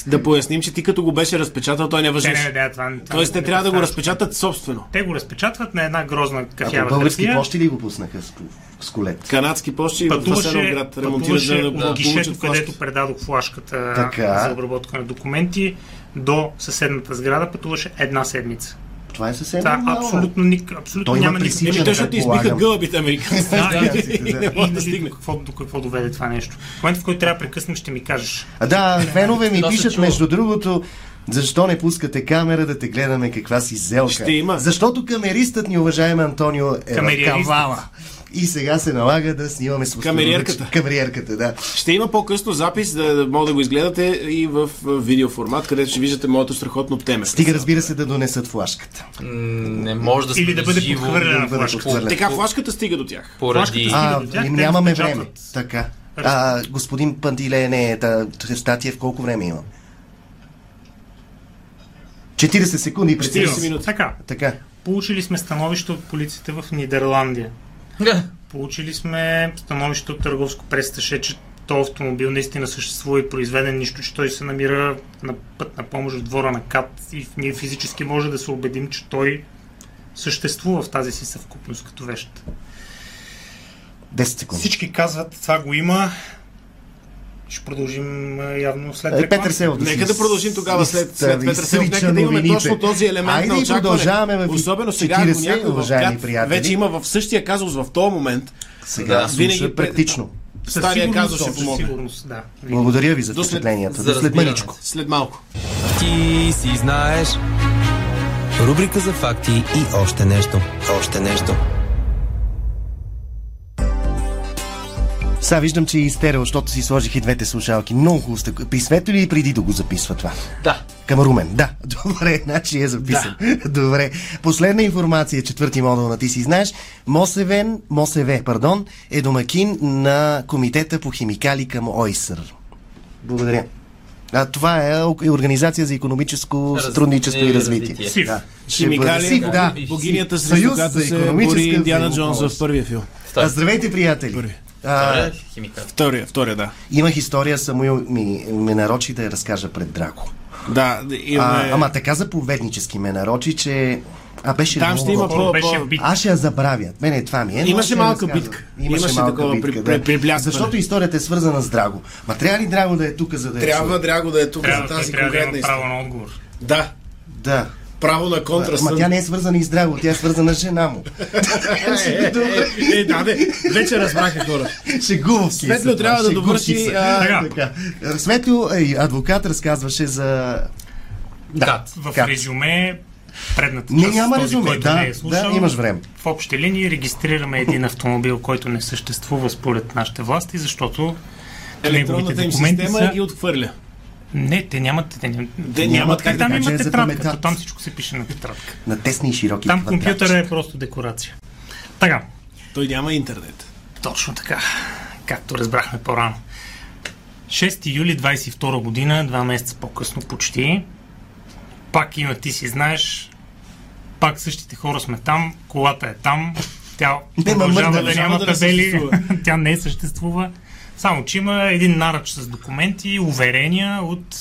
Да поясним, че ти като го беше разпечатал, той не
Те не,
въжеше.
не, да, това, това
Тоест те
не
трябва да го
представяш.
разпечатат собствено.
Те го разпечатват на една грозна
А
кафява
по български
хартия.
почти ли го пуснаха с, с колет?
Канадски почти в
Пътуваше,
Асеновград ремонтират за
пътуваше
да
от
получат
гишето,
флашки.
където предадох флашката
Така.
за обработка на документи, до съседната сграда пътуваше една седмица.
Това е съвсем
Това
нормално.
абсолютно, ник, абсолютно
Той има
няма никакъв...
пресичане.
Еми, те ще ти избиха
Предполагам.
гълъбите американците.
Да,
Да.
и,
Не
не
може да
да
стигне.
до, какво, до какво доведе това нещо. В момента, в който трябва да прекъснем, ще ми кажеш.
А, Да, фенове ми
Да, се
пишат,
чува.
между другото, защо не пускате камера да те гледаме каква си зелка?
Ще има.
Защото камеристът ни, уважаеми Антонио, е в
Камериеристът.
кавала. И сега се налага да снимаме с
Камериерката.
Камериерката, да.
Ще има по-късно запис, да, да мога да го изгледате и в а, видеоформат, където ще виждате моето страхотно теме.
Стига, разбира се, да донесат флашката.
м, не може да сме
Или да бъде
живо,
подхвърлена
да бъде
флашка.
подхвърлена.
Така флашката стига до тях.
Поради...
Флашката.
А,
до тях,
им
те
нямаме
разпечатват.
време. Така. А, господин Пантиле, не, да, Статиев, колко време има? 40 секунди пред
40
30.
минути.
Така,
Така.
получили сме становище от полицията в Нидерландия.
Да.
Получили сме становище от търговско престаше, че то автомобил наистина съществува и произведен, нищо, че той се намира на път на помощ в двора на КАТ и ние физически може да се убедим, че той съществува в тази си съвкупност като вещ.
10 секунди.
Всички казват, това го има. Ще продължим а, явно след
Е,
реклама.
Петър Селов. да си
Нека да продължим тогава след, след
изтъви,
Петър Селов.
изтъвича
Нека да имаме
новините.
точно този елемент
Айде
на
и продължаваме
очакване.
в
Особено сега, ако
40,
някой в
уважаеми
гад
приятели.
вече има в същия казус в този момент,
Сега
Да,
да,
винаги
слуша
пред-
практично.
Със
стария
сигурност,
казус ще
със
помогне.
сигурност, да.
Благодаря ви за
До след-
впечатленията. До
за
след
разбиране.
мъничко.
След малко.
Ти си знаеш. Рубрика за факти и още нещо. Още нещо.
Сега виждам, че е изтерял, защото си сложих и двете слушалки. Много хубаво сте. При Свето ли и преди да го записва това?
Да.
Към Румен, да. Добре, значи е записан. Добре. Последна информация, четвърти модул на Ти си знаеш. Мосевен, Мосеве, пардон, е домакин на Комитета по химикали към ОИСър. Благодаря. А, това е о- Организация за економическо
Раз-
сътрудничество и
и
развитие.
развитие.
Сив.
Да. Ще бъде
Химикали,
Сив, да.
богинята срещу
Съюз
която
за
се
економическа
бори Индиана Джонс
взаимопомощ.
в първия филм.
А, здравейте, приятели! А,
Добре, химикал.
Втория, втория, да.
имах история, Самуил ми, ме нарочи да я разкажа пред Драко.
Да, имаме...
А, ама така заповеднически ме нарочи, че... А беше
Там
много
ще има
готино.
по...
Беше
по-
бит.
Аз ще я забравя. Мене това ми е. но
Имаше
аз ще я
малка
разказвам.
битка. Имаше такова при- при- прибляскване.
Защото историята е свързана с Драго. Ма трябва ли Драго да е тук, за да я
Трябва
чуе?
Драго да е тук
Трябва,
за
той
тази
трябва да
конкретна
има
история.
право на отговор.
Да,
Да.
право на
Ама
контрасън.
тя не е свързана и с Драго, тя е свързана с жена му. Добре.
Е, да, не, вече разбраха хора.
Шегувки.
Светлио
са това,
трябва да
шегувки
довърши,
са.
а,
Така.
Така. Светлио, е, адвокат, разказваше за...
Да.
В
Как?
резюме предната
Не,
част,
няма
този,
резюме.
който
Да,
не е слушал,
да, имаш време.
В общи линии регистрираме един автомобил, който не съществува според нашите власти, защото неговите
Електронната им
документи
система
са...
ги отхвърля.
Не, те нямат... Те, ням...
Те нямат как
как
да
там
кажа,
има
е
тетрадка,
запаметат.
като там всичко се пише на тетрадка.
На тесни и широки
Там
квадратчета.
компютъра е просто декорация. Така,
Той няма интернет.
Точно така, както разбрахме по-рано. 6 юли 22 година, два месеца по-късно почти, пак има ти си знаеш, пак същите хора сме там, колата е там, тя продължава
мърда,
да
няма
няма
да не
табели,
съществува.
тя не съществува, само че има един наръч с документи, уверения от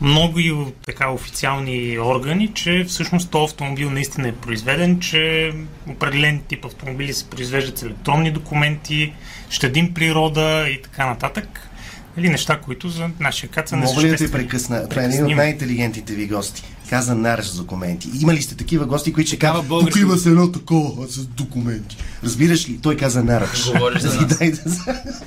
много и от така официални органи, че всъщност този автомобил наистина е произведен, че определен тип автомобили се произвеждат с електронни документи, щадим природа и така нататък. Или неща, които за нашия каца не
Мога ли да те
съществени.
прекъсна? Това е един от
Прекъсним.
най-интелигентните ви гости. Каза наръч с документи. Има ли сте такива гости, които ще кажат, тук
български-
има се едно такова а, с документи. Разбираш ли? Той каза наръч.
Говориш за нас.
Дай да-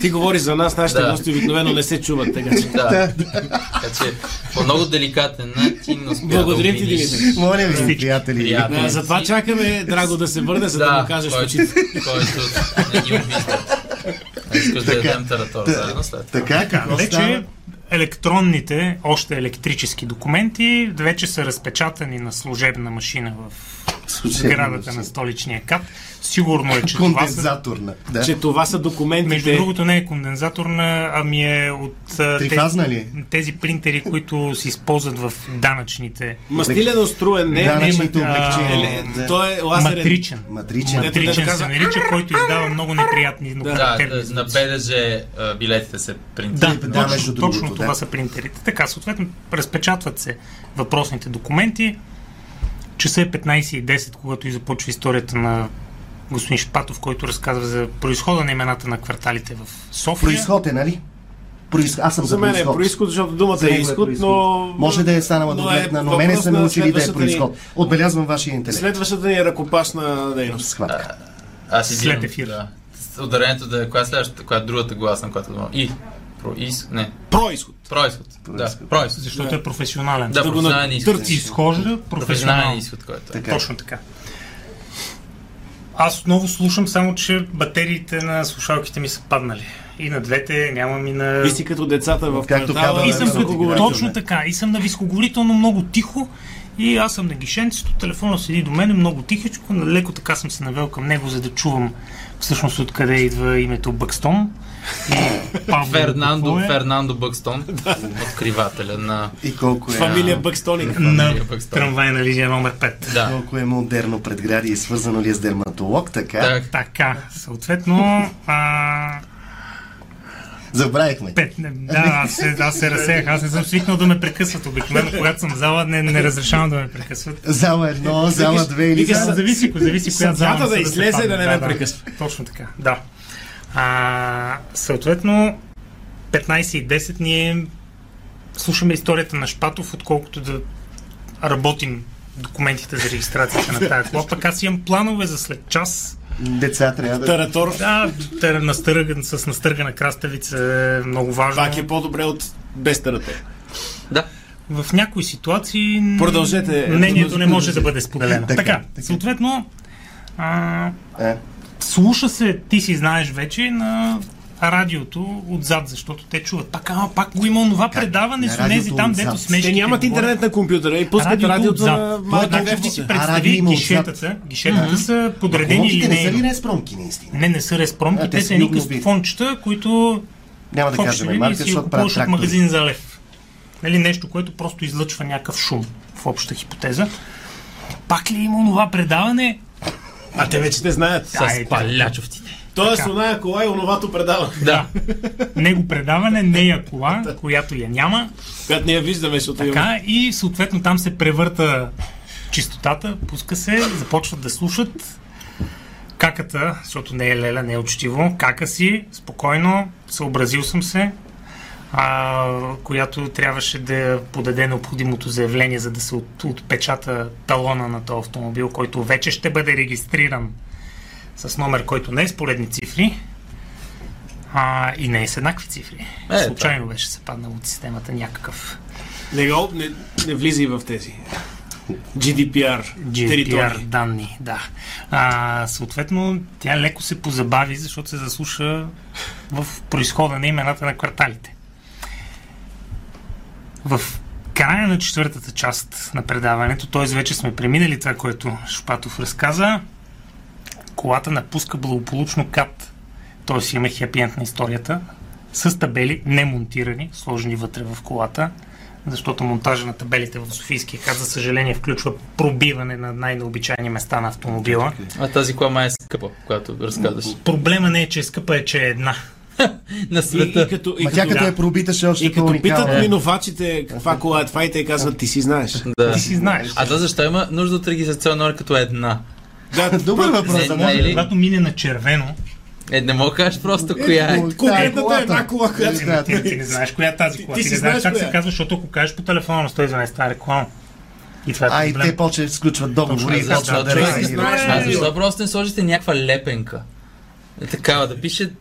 Ти говориш за нас, нашите
Да.
гости обикновено не се чуват, така че.
Да. Така че по много деликатен начин успя
Благодарим
да
ти,
обвиниш.
Димитър.
Моля ви, приятели.
Приятно.
Да, затова чакаме, Драго, да се върне, за да,
Да,
му кажеш
който,
очите.
който не ни обижда. А искаш да ядем таратор заедно след това.
Така,
Така,
какво
вече
става?
електронните, още електрически документи, вече са разпечатани на служебна машина в сградата на столичния кап. Сигурно е, че това са
Кондензаторна. Да.
Че това са
Между
документите.
другото не е кондензаторна, ами е от а,
Трифазна ли?
тези принтери, които се използват в данъчните.
Мастилен оструен, не, не,
Данъчните
не,
облегчения.
не,
Да.
Той е лазерен.
Матричен.
Матричен.
Ето, дето
Матричен
каза-
се нарича, който издава много неприятни, но
Да,
характерни
да, на
звуци.
БДЖ а, билетите се
Да,
принтират.
да,
Да,
точно,
между другото,
точно
да.
това са принтерите. Така, съответно, разпечатват се въпросните документи. Часа е 15.10, когато и започва историята на господин Шпатов, който разказва за происхода на имената на кварталите в София.
Происход е, нали? Проис... Аз съм
За
за
мен е
происход.
происход, защото думата
За
е
него е
изход,
происход.
но...
Може да е станала
но
догледна, но мене
въпрос
са ме
на
учили да е
следващата ни-
происход. Отбелязвам вашия интелект.
Следващата ни е ръкопашна дейност.
Схватка.
Аз
След
избирам,
ефир.
Да. С Ударението да е коя е следващата, коя е другата гласна, която думам. И. Про, из, не.
Происход.
Происход. Да, происход.
Защото е професионален.
Да,
Той
професионален изход.
Търци изхожда
Професионален
професионален.
изход, който е.
Така.
Точно така. Аз отново слушам, само че батериите на слушалките ми са паднали. И на двете, нямам и на...
И си като децата в
Е, Както
квартала.
казва-
И
на
съм като...
високоговорителна.
Точно така. И съм на високоговорително много тихо. И аз съм на гишенцето, телефона седи до мен, много тихичко, леко така съм се навел към него, за да чувам всъщност откъде идва името Бъкстон. И Павло
Фернандо,
какво е?
Фернандо Бъкстон, откривателя на...
И колко е...
Фамилия Бъкстоник.
на
е Бъкстон.
трамвайна линия номер 5.
Да.
Колко е модерно предградие и свързано ли е с дерматолог, така?
Так,
Така, съответно, а,
Забравихме.
Пет, не, да, аз се, аз се разсеях. Аз не съм свикнал да ме прекъсват. Обикновено, когато съм в зала, не, не разрешавам да ме прекъсват.
Зала едно, зала две или
викаш
зала...
за-
Зависи, ко- зависи
Съдята
коя зала.
да
ми се
излезе
падне.
да не ме прекъсва.
Точно така, да. А, съответно, 15 и 10 ние слушаме историята на Шпатов, отколкото да работим документите за регистрацията на тази кола. Пък аз имам планове за след час
Деца трябва да...
Таратор.
Да, тър- настърган, с настъргана краставица е много важно.
Пак е по-добре от без таратор.
да.
В някои ситуации н-
Продължете.
мнението не
Продължете.
може да бъде споделено.
Така,
така,
така.
съответно, а,
Е,
слуша се, ти си знаеш вече, на радиото отзад, защото те чуват. Пак, ама, пак го има онова предаване
На
с онези
радиото
там,
отзад.
дето смешки.
Те нямат
е.
интернет на компютъра и пускат
Радиото,
радиото на
отзад.
малки
Значи ти
девчета.
си
радио
представи
има отзад.
гишетата. Гишетата са подредени
Колките не са ли
линейно.
респромки, наистина?
Не, не са респромки,
А, те
те
са
са едни
любови.
фончета, които
Няма да
в общи
кажем
линии
марка,
си
защото
купуваш
правят
от
трактори.
магазин за лев. Нали, нещо, което просто излъчва някакъв шум в обща хипотеза. Пак ли има това предаване?
А те вече те знаят.
Айде.
С палячовците.
Тоест, оная кола и оновато предава.
Да.
Него предаване, нея кола, която я няма.
Когато ние виждаме, защото имаме.
Така и съответно там се превърта чистотата, пуска се, започват да слушат каката, защото не е леля, не е учтиво, кака си, спокойно, съобразил съм се, а, която трябваше да подаде необходимото заявление, за да се от, отпечата талона на този автомобил, който вече ще бъде регистриран с номер, който не е с поредни цифри а, и не е с еднакви цифри.
Е,
Случайно беше се паднал от системата някакъв.
Не, го- не, не влиза и в тези. GDPR.
GDPR
територии.
данни, да. А, съответно, тя леко се позабави, защото се заслуша в происхода на имената на кварталите. В края на четвъртата част на предаването, т.е. вече сме преминали това, което Шпатов разказа, колата напуска благополучно кат. Т.е. имаме хепи енд на историята с табели, не монтирани, сложени вътре в колата, защото монтажа на табелите в Софийския кат, за съжаление, включва пробиване на най-необичайни места на автомобила.
А тази кола май е скъпа, която разказваш.
Проблема не е, че е скъпа, е, че е една.
На
И, и,
света.
като, и
Ма тя
като,
като е пробита, ще е още
и като
по-уникална.
питат минувачите каква кола е това и те казват, ти си знаеш.
Да.
Ти си знаеш.
А това защо има нужда от регистрационен номер като една?
Да,
Добър въпрос.
Не,
да
не,
може-
или-
Когато мине на червено,
Е, не мога да кажеш просто коя е.
Да,
Конкретната е
колата.
една кола, която...
Да,
ти, ти не знаеш коя е тази кола.
ти
Ти,
си
не знаеш
знаеш
как
коя
се
е.
казва, защото ако кажеш по телефона на 112, това е реклама. И това е
А и
проблем.
те почва сключват договори и
Точно,
почват да
да, човек
не знае.
реагират.
А защо просто не сложите някаква лепенка? Е, Такава да пише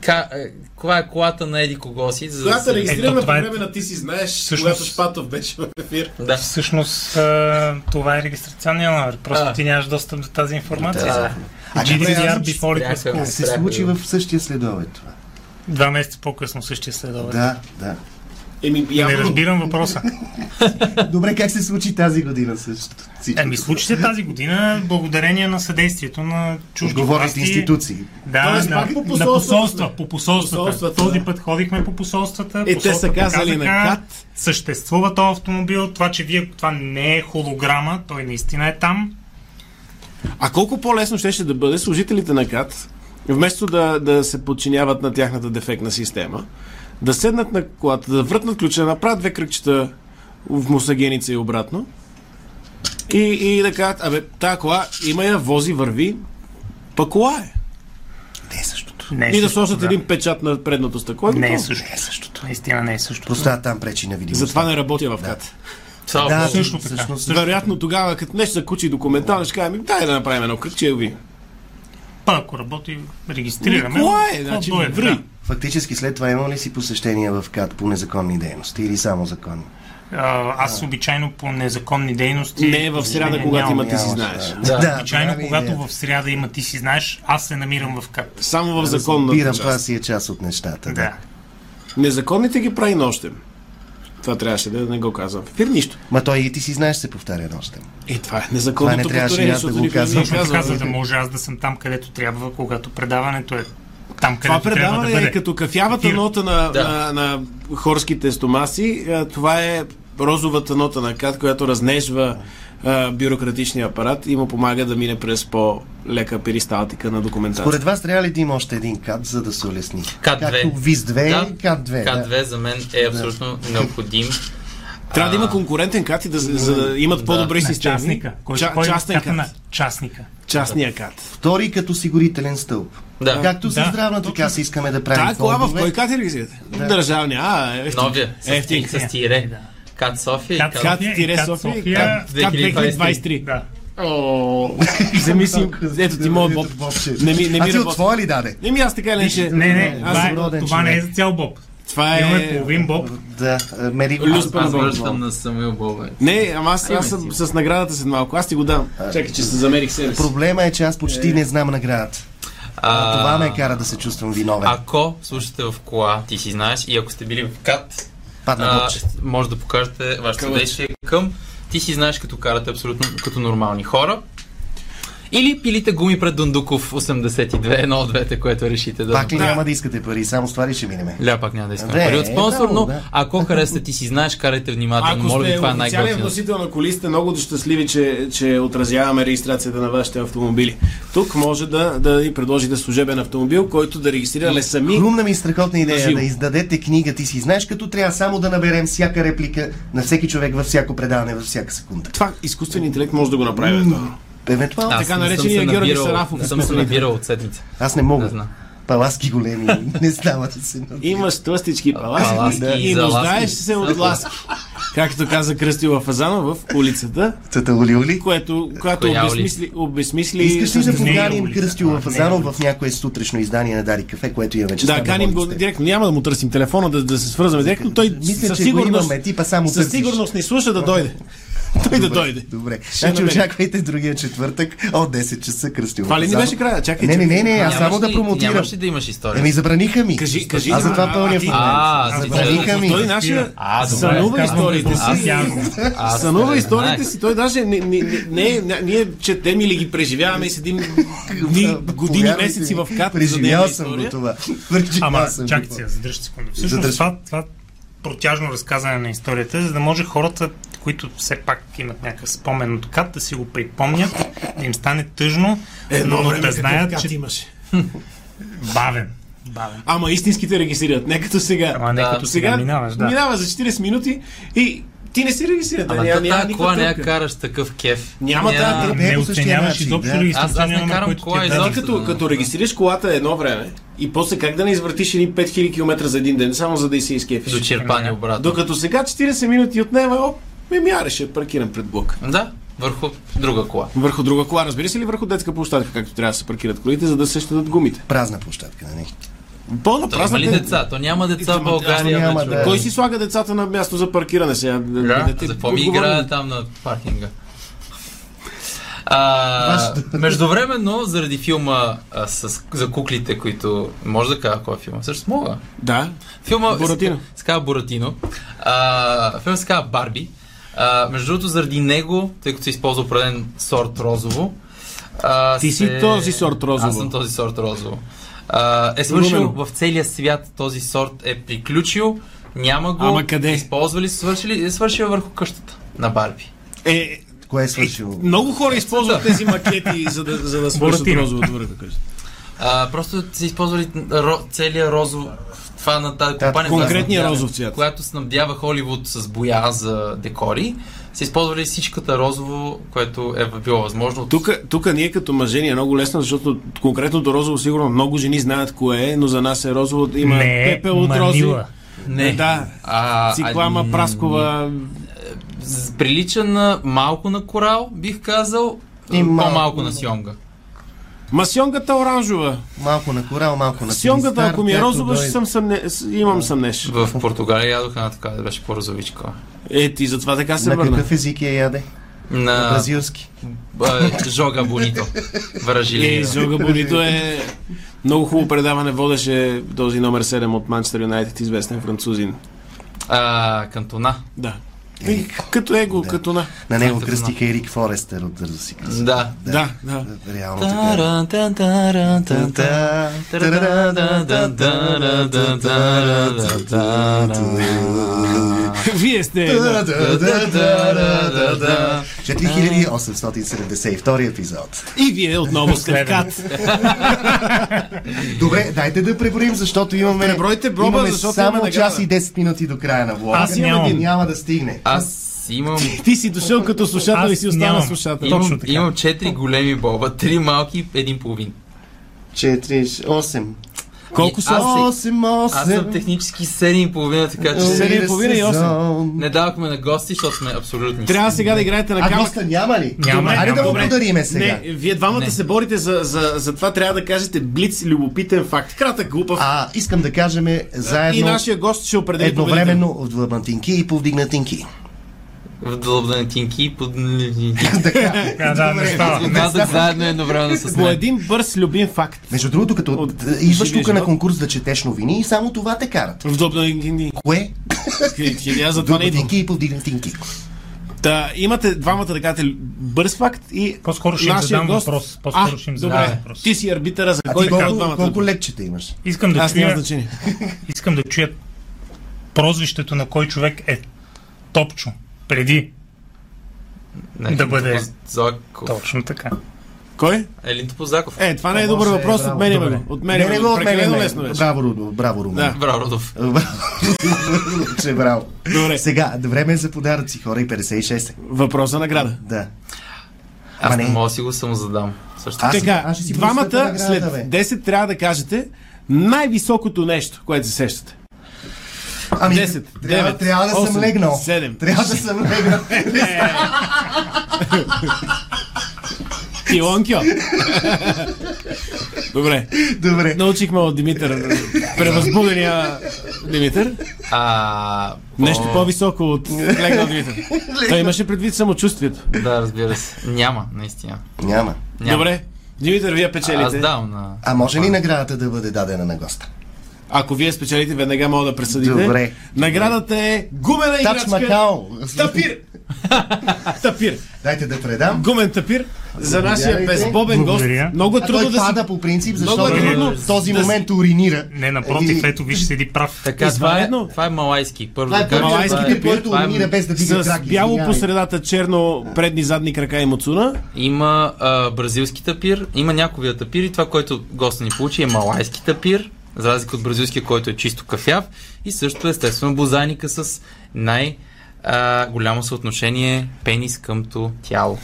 ка, е, коя е колата на Еди кого си, за да
Когато се
се...
Ето,
регистрираме по
това е-
време на ти си знаеш,
Всъщност-
когато Шпатов беше в ефир.
Да.
Всъщност а, това е регистрационния номер. Просто
А.
ти нямаш достъп до тази информация.
Да.
А добре,
GDPR
аз мисля,
before it was
Трябва.
cool.
Е, се случи в същия следобед това.
Два месеца по-късно същия следове.
Да, да.
Еми,
Не
явно,
разбирам въпроса.
Добре, как се случи тази година също? Всичко.
Еми, Е, Ами, случи се тази година благодарение на съдействието на чужди
Отговорните
власти.
институции.
Да,
Тоест,
на,
е пак по
на
посолствата
посолства,
сме.
по посолствата.
Посолствата,
Този
да. Е,
път ходихме по посолствата.
те
посолствата
са казали
показаха,
на кат.
Съществува този автомобил. Това, че вие, това не е холограма, той наистина е там.
А колко по-лесно щеше да бъде служителите на КАТ, вместо да, да се подчиняват на тяхната дефектна система, да седнат на колата, да вратнат ключа, да направят две кръгчета в мусагеница и обратно. И, и да кажат, абе, тая кола има я, вози, върви, па кола е.
Не е същото.
Не е
И да
същото,
сложат един печат на предното стъкло. и
Не е
готово.
същото. Не е същото. Наистина не е същото.
Просто там пречи на видимост.
Затова не работя в КАТ.
Слава
Да,
Богу.
също така.
всъщност.
Вероятно тогава, като нещо се кучи документално, ще кажем, «Ми, дай да направим едно кръгче, ви.
Па, ако работи, регистрираме.
Николай е,
Какво
значи,
дойде,
ври.
да.
Фактически след това има ли си посещения в КАТ по незаконни дейности или само законни?
А, Аз обичайно по незаконни дейности.
Не е в сряда,
не,
когато
нямам.
има ти си
Няма,
знаеш.
Да.
Обичайно,
прави
когато
идеята.
в сряда има ти си знаеш, аз се намирам в кат.
Само в законната
Разбирам, това
част.
си е част от нещата. Да.
Да.
Незаконните ги прави нощем. Това трябваше да не го казвам. В ефир нищо.
Ма той и ти си знаеш се повтаря нощем.
И това е
Това
незаконното
не трябваше и
повторение,
аз да
защото
го
никой не
казвам.
ни
Точно така,
казва.
за да може аз да съм там, където трябва, когато предаването е там,
Това
където трябва да
предаване
бъде.
е като кафявата
Ефир.
нота на,
Да.
на, на хорските стомаси. А, Това е розовата нота на кат, която разнежва а, бюрократичния апарат и му помага да мине през по-лека перисталтика на документация.
Поред вас трябва ли да има още един кат, за да се улесни?
Кат две.
Както ВИЗ 2 и
Да.
кат 2. да.
К2 за мен е абсолютно необходим.
Трябва да има конкурентен кат и да, за да имат по-добри
на
системи.
частника. Кой,
Ча-
кой е
частен
ката
кат.
на частника?
Частния кат.
Втори като сигурителен стълб.
Да.
Както за
Да,
здравната каса искаме да правим
Тая кола в
фондове.
кой кат е регистрирате? Държавния. А, ефтин.
Новия. С,
Ефтин.
с тире. Кат София. и
Кат
Е,
Кат...
Кат
София и
тире
Кат
София. и
София.
Кат 2023.
Да.
Вземи си. Ето ти моят боб. Не ми, не
а
ми
ти от
работи.
твоя ли даде?
Не ми аз така ли, че...
Не, не,
аз
това,
съм
е,
роден
това не е
човек.
за цял боб.
Това
Имаме
е...
половин боб.
Да, а, Мери.
Люс
е, Аз
Панзон.
връщам на Самуил Бобе.
Не, ама аз, аз
Имаме
съм
си.
с наградата след малко. Аз ти го дам. Чакай, че се замерих себе си.
Проблема е, че аз почти не знам наградата. А, това е. ме кара да се чувствам виновен.
Ако слушате в кола, ти си знаеш, и ако сте били в кат,
Падна
а,
бобче.
може да покажете вашето
Кълъч.
действие към ти си знаеш като карате абсолютно като нормални хора. Или пилите гуми пред Дундуков 82, едно от двете, което решите да
Пак ли
направите.
няма да искате пари, само с това ли ще минеме?
Ля, пак няма да искам
Добре,
пари от
е,
спонсор,
право,
но
да.
ако харесате ти си знаеш, карайте внимателно.
Ако
Моля ви,
сте
това е
официален
най-готиното.
вносител на коли, сте много щастливи, че, че отразяваме регистрацията на вашите автомобили. Тук може да, да ни предложите служебен автомобил, който да регистрираме сами.
Хрумна ми е страхотна идея
Живо.
да издадете книга, ти си знаеш, като трябва само да наберем всяка реплика на всеки човек във всяко предаване, във всяка секунда.
Това изкуствен интелект може да го направи. Mm.
Евентуално.
Аз
Аз,
така
не съм
наречения
се
Георги
набирал-
Сарафов.
Не съм се набирал от седмица.
не мога.
Не знам.
Паласки големи не става да се набират.
Имаш тлъстички паласки,
Паласки
и
за
нуждаеш
ласки.
се от ласки. Както каза Кръстила Фазанов в улицата,
Тата Оли Оли.
което, която
Коя
обезмисли, обезмисли...
Искаш ли да
не е
поканим
улица,
Кръстю
а, не е
Фазанов в някое сутрешно издание на Дари Кафе, което имаме честа
Да, каним го
водим с теб?
директно. Няма да му търсим телефона, да, да се свързваме директно. Той
Мисля,
със
че го
сигурност,
имаме, типа само
със
търсиш.
сигурност не слуша да дойде. Той да дойде.
Добре.
Ще
Значи
намерим.
очаквайте другия четвъртък от 10 часа Кръстю
Това ли ни
Фазанов.
беше края? Чакай,
Не, не,
чакай.
не, не, аз само
Нямаш
да Ами,
ли-
промотирам.
Нямаш ли да имаш история?
Еми забраниха ми.
Кажи- кажи
Аз
ни,
затова
а,
пълня
а, ти-
функция.
А,
Аз
ти
забравих.
се-
Забраниха ми.
Той нашия
А, добре.
сънува
Казвам,
историите
аз
си.
няма го.
аз
Сънува
не
историите
знаех.
си. Той даже не, не, не, не, не, ние четем или ги преживяваме и седим дни, години,
Повярвайте
месеци
ми,
в кат.
Преживял съм го това. Преживял
Ама,
съм го
чакайте
това.
сега, задръжте секунда. Всъщност
Задръж-
това, това протяжно разказане на историята, е, за да може хората, които все пак имат някакъв спомен от кат, да си го припомнят, да им стане тъжно, но да знаят, че
имаше.
бавен. Бавен.
Ама истинските регистрират. Не като сега.
Ама не
Да,
като сега минаваш, да.
Минава за 40 минути и ти не си регистрират.
Ама
няма,
та-
Ами, няма
тая кола
никаква
не я
тъпка.
караш такъв кеф.
Няма
Ня-
тая тъпка.
Не е
Не
по същия
оценяваш
начин,
изобщо
да.
ли
Аз- аз не
източния номер,
карам
който
кола
ти е
изобщо.
даден.
Ти като, като регистрираш колата едно време и после как да не извъртиш едни 5000 км за един ден, само за да и се
До
изкефиш.
черпани обратно.
Докато сега 40 минути отнема, о, ми мяре, ще паркирам пред блок.
Да, върху друга кола.
Върху друга кола, разбира се ли, върху детска площадка, както трябва да се паркират колите, за да се щадат гумите.
Празна площадка, нали?
Пълна
То има
празна
ли
ден-
деца? То няма деца в
Ама,
България.
няма
вече.
да е.
Кой си слага децата на място за паркиране сега? Да,
За какво ми играе там на паркинга? А, междувременно, заради филма а, с, за куклите, които... Може да кажа кой е филма? Също мога.
Да.
Филма
Буратино.
С, с казва Буратино. А, филма се казва Барби. А, между другото, заради него, тъй като се използва определен сорт розово. А,
Ти си този сорт розово.
Аз съм този сорт розово. А, е свършил
Румено.
в целия свят този сорт е приключил. Няма го.
Ама къде?
Използвали, свършили, е свършил върху къщата на Барби.
Е,
Кое е свършило?
много хора използват тези макети, за да, за да свършат
Буратино.
розовото върху къща.
А, просто са използвали ро, целият розов това на тази компания. която
конкретния
снабдява-
розов цвят.
Която снабдява Холивуд с боя за декори. Са използвали всичката розово, което е било възможно.
Тук, тук ние като мъже ни е много лесно, защото конкретното розово сигурно много жени знаят кое е, но за нас е розово. Има
Не,
пепел от рози.
манила.
не.
Е, Да.
А,
Циклама,
а,
праскова.
с- Прилича на малко на корал, бих казал.
И малко.
по-малко на сьомга.
Масионката оранжова.
Малко на корал, малко на
Сионката,
Силистар,
ако ми е
както
розова, ще
дойде.
съм съмне... с- имам съмнеш.
В Португалия ядох една така, беше по-розовичка.
Е, ти затова така се
На
върна.
какъв език я яде?
На
Бразилски.
а, Жога Бонито.
Е,
Вражилия.
Жога Бонито е... Много хубаво предаване водеше този номер 7 от Манчестър Юнайтед, известен французин.
А, Кантона.
Да. И, като его, като на.
На него
Център
кръстиха Ерик Форестер от Дързо си кръст.
Да.
Да, да.
Реално така.
Таран, тан, таран, тан, тан.
Та-та, та-та, та-та, та-та, та-та.
Вие сте... да.
Та-та-та-та-та-та. 4872 епизод.
И вие отново сте в кат.
Добре, дайте да преброим, защото имаме.
Пребройте броба,
имаме
защото
само
имаме
час
награда.
и 10 минути до края на влога.
Аз нямам.
Един Няма да стигне.
Аз имам,
Ти си дошъл като слушател
Аз
и си остана
нямам.
слушател.
имам,
Точно така.
имам четири големи боба, три малки и един половин.
4, 8.
Колко са?
Аз си-
8,
Аз съм
8.
технически седем и половина, така че
Значи Седем. и половина и
не давахме на гости, защото сме абсолютни.
Трябва сега да играете на
А
камък.
госта няма ли?
Няма.
Айде да му
Добре.
подариме сега.
Не, вие двамата
Не.
се борите за, за, за това трябва да кажете блиц любопитен факт. Кратък, глупав.
А, искам да кажем е,
и
заедно
нашия гост ще определи победител.
едновременно в длъбнатинки и повдигнатинки.
В дълбнатинки и под...
Да, да, не става.
Казах заедно едновременно с
По
мен.
един бърз любим факт.
Между другото, като
От-
т- идваш
живия
тук на
живот.
конкурс да четеш новини и само това те карат.
В Добна
Кое?
Аз за това не идвам.
Длъбнатинки и повдигнатинки.
Та, имате двамата да кажете бърз факт и
По-скоро ще им
нашия
задам
гост...
въпрос. По-скоро
а,
ще им задам
добре.
въпрос.
Ти си арбитъра за
А
кой
ти
как
колко,
двамата.
колко
да-
лекчета имаш?
Искам да,
Аз няма
чуя,
значение.
искам да чуя прозвището на кой човек е топчо. Преди.
Не,
Да бъде.
Значи, Позаков.
Точно така.
Кой?
Елин Позаков.
Е, това не е
Това
добър
се е
въпрос,
браво.
отменяме
Добре.
го.
Не,
Отменяме
не го
го, прекалено
отменяме.
лесно беше.
Браво, Рудо, браво, Румен.
Да.
Браво, Родов.
Браво, че е браво.
Добре,
Сега, време е за подаръци, хора, и 56.
въпрос за награда.
Да.
Аз
Ма не.
не мога да си го самозадам. Също.
Аз-
Така,
ще си подсветя
двамата
наградата,
след
бе.
10 трябва да кажете най-високото нещо, което се сещате.
Ами,
10,
трябва,
9,
трябва да
8,
съм легнал.
7.
Трябва да съм легнал.
Илонкио. Добре,
Добре.
научихме от Димитър, превъзбудения Димитър.
А,
Нещо по-високо от легнал Димитър. Той имаше предвид самочувствието.
Да, разбира се. Няма, наистина.
Няма.
Няма.
Добре, Димитър, вие печелите.
Аз давам на...
А може ли наградата да бъде дадена на госта?
Ако вие спечелите, веднага мога да пресъдите.
Добре.
Наградата е гумена
Тач
играчка.
Макао!
Тапир! тапир!
Дайте да предам.
Гумен тапир за нашия
Благодаря.
безбобен гост.
Благодаря.
Много е
А
трудно
той
да си...
пада по принцип,
Много е
защото
трудно
в този
да си-
момент уринира.
Не, напротив,
Е,
ето виж, седи прав.
Така, това е,
Извънредно.
това е малайски. Първо
Това е
да кажа,
малайски
това е-
тип, който
това е-
уринира без да дига
С
крак.
бяло
извинявай.
по средата, черно, предни, задни крака и муцуна.
Има а, бразилски тапир, има някои вид тапир и това, което госта ни получи е малайски тапир, за разлика от бразилския, който е чисто кафяв и също естествено бозайника с най- а, голямо съотношение пенис къмто тяло.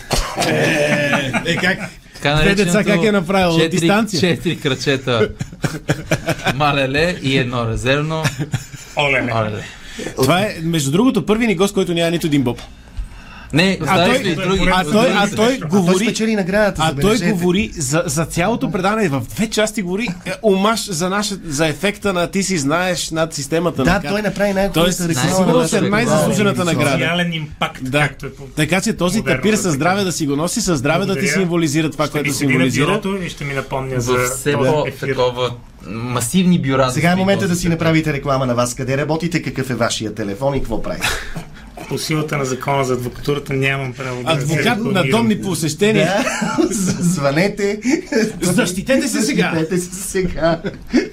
Е, как?
Така
Две деца
нареченото
как е направил? От
четири-
дистанция?
Четири крачета малеле и едно резервно
Оле, не.
малеле.
Това е, между другото, първи ни гост, който няма нито един боб.
Не, остави
той-
сме и други.
А той, а той
А той
говори...
спечели наградата,
А той
забележете.
говори за, за цялото предаване в две части говори е, омаш за, наша, за ефекта на ти си знаеш над системата. на
Да,
как-
той е- направи
Тоест,
най-хубавата
със
реклама.
сигурност е
нашата
най-заслужената
реклама.
награда.
Социален импакт,
Да.
както е по...
Така че този
Модерно
тапир
развитие.
със здраве да си го носи, със здраве да ти
Благодаря.
символизира това,
Ще ми
което
седи на
символизира.
бюрото и ще ми напомня
за
за
все
този ефир.
по-такова масивни бюра. за
Сега е момента да си
спритози.
направите реклама на вас. Къде работите, какъв е вашия телефон и какво правите?
По силата на закона за адвокатурата нямам право да се
Адвокат на
рекламирам.
домни посещения.
Да, Е, звънете.
Защитете се сега.
Защитете се сега.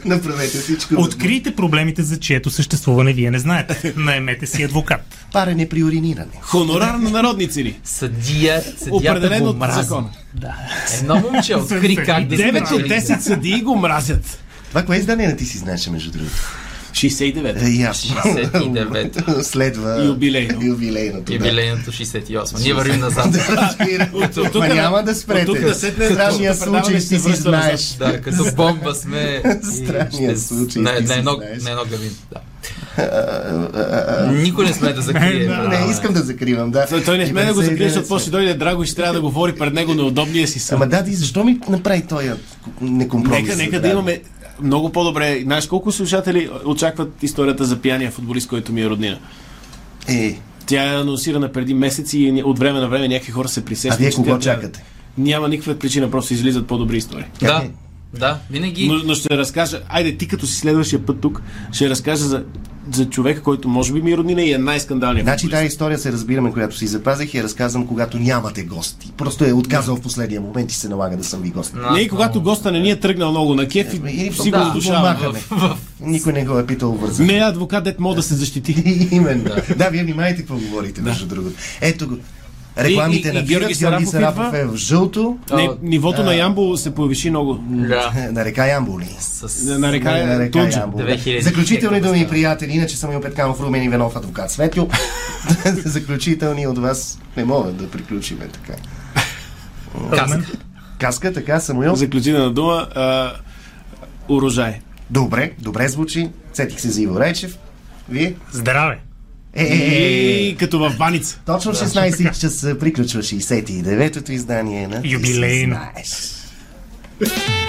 Направете всичко.
Открийте проблемите, за чието съществуване вие не знаете. Наемете си адвокат.
Парене при уриниране.
Хонорар на народни цели.
Съдия, съдията
Определен
го
от
мрази.
закона.
Едно момче откри как да се
9 от
прави.
10 съдии го мразят.
Това кое издание на ти си знаеше, между другото?
69.
Е, ясно.
69-то.
Следва
Юбилейно.
юбилейното, да.
Юбилейното 68. Ние вървим назад.
Да, разбира.
тук
Ма
на-
няма да спрете.
от тук да сетне,
Странния
защото предаваме
случай ти
ще се
си
връщаме
знаеш.
Да, като бомба сме. и
Странният
ще-
случай,
На,
ти
на,
си
едно,
знаеш.
на едно гавин. Да. Никой не сме да
Е,
закрие.
Не, искам да закривам, да.
Той- Той не
И
сме да го закрие,
59
защото после ще дойде драго и ще трябва да говори пред него неудобния си сън.
Ама дади, защо ми направи този некомпромис?
Нека, нека да имаме много по-добре. Знаеш колко слушатели очакват историята за пияния футболист, който ми е роднина?
Е,
Тя е анонсирана преди месеци и от време на време някакви хора се
а
присещат.
вие
че
кого
тя трябва-
чакате?
Няма никаква причина, просто излизат по-добри истории.
Да,
Как е?
да, винаги.
Но, но ще разкажа, айде ти като си следващия път тук, ще разкажа за, за човека, който може би ми е роднина и е най-скандалният.
Значи
футболист.
тази история се разбираме, която си запазих и я разказвам, когато нямате гости. Просто е отказал в последния момент и се налага да съм ви гост.
Но аз
Не, и когато госта не ни е тръгнал много на кеф и,
Или
си го
Е, да,
задушава.
махаме. Никой не го е питал вързан.
Не е адвокат, дет мога да се защити.
Именно. Да. вие внимайте какво говорите, между другото. Ето го. Рекламите
И- и-
на
и
Георги,
Георги
Георги
Сарафов
Сарафов е в жълто,
Не, нивото на Ямбол се повиши много.
Да,
на река Ямболи.
с...
На- На река,
на
е
река
Тунджо.
Ямбол. да.
2000.
Заключителни думи, приятели. Иначе съм Ил Петканов, Румен Иванов, адвокат Светю. Заключителни от вас не могат да приключиме така.
Румен,
Каска така, Самуил.
Заключителна дума. А, урожай.
Добре, добре звучи. Сетих се за Иво Райчев. Вие?
Здраве!
Е, е, е, е.
И като в баница.
Точно в 16 часа приключва 69-то издание на Ти си
Юбилейно.
Знаеш.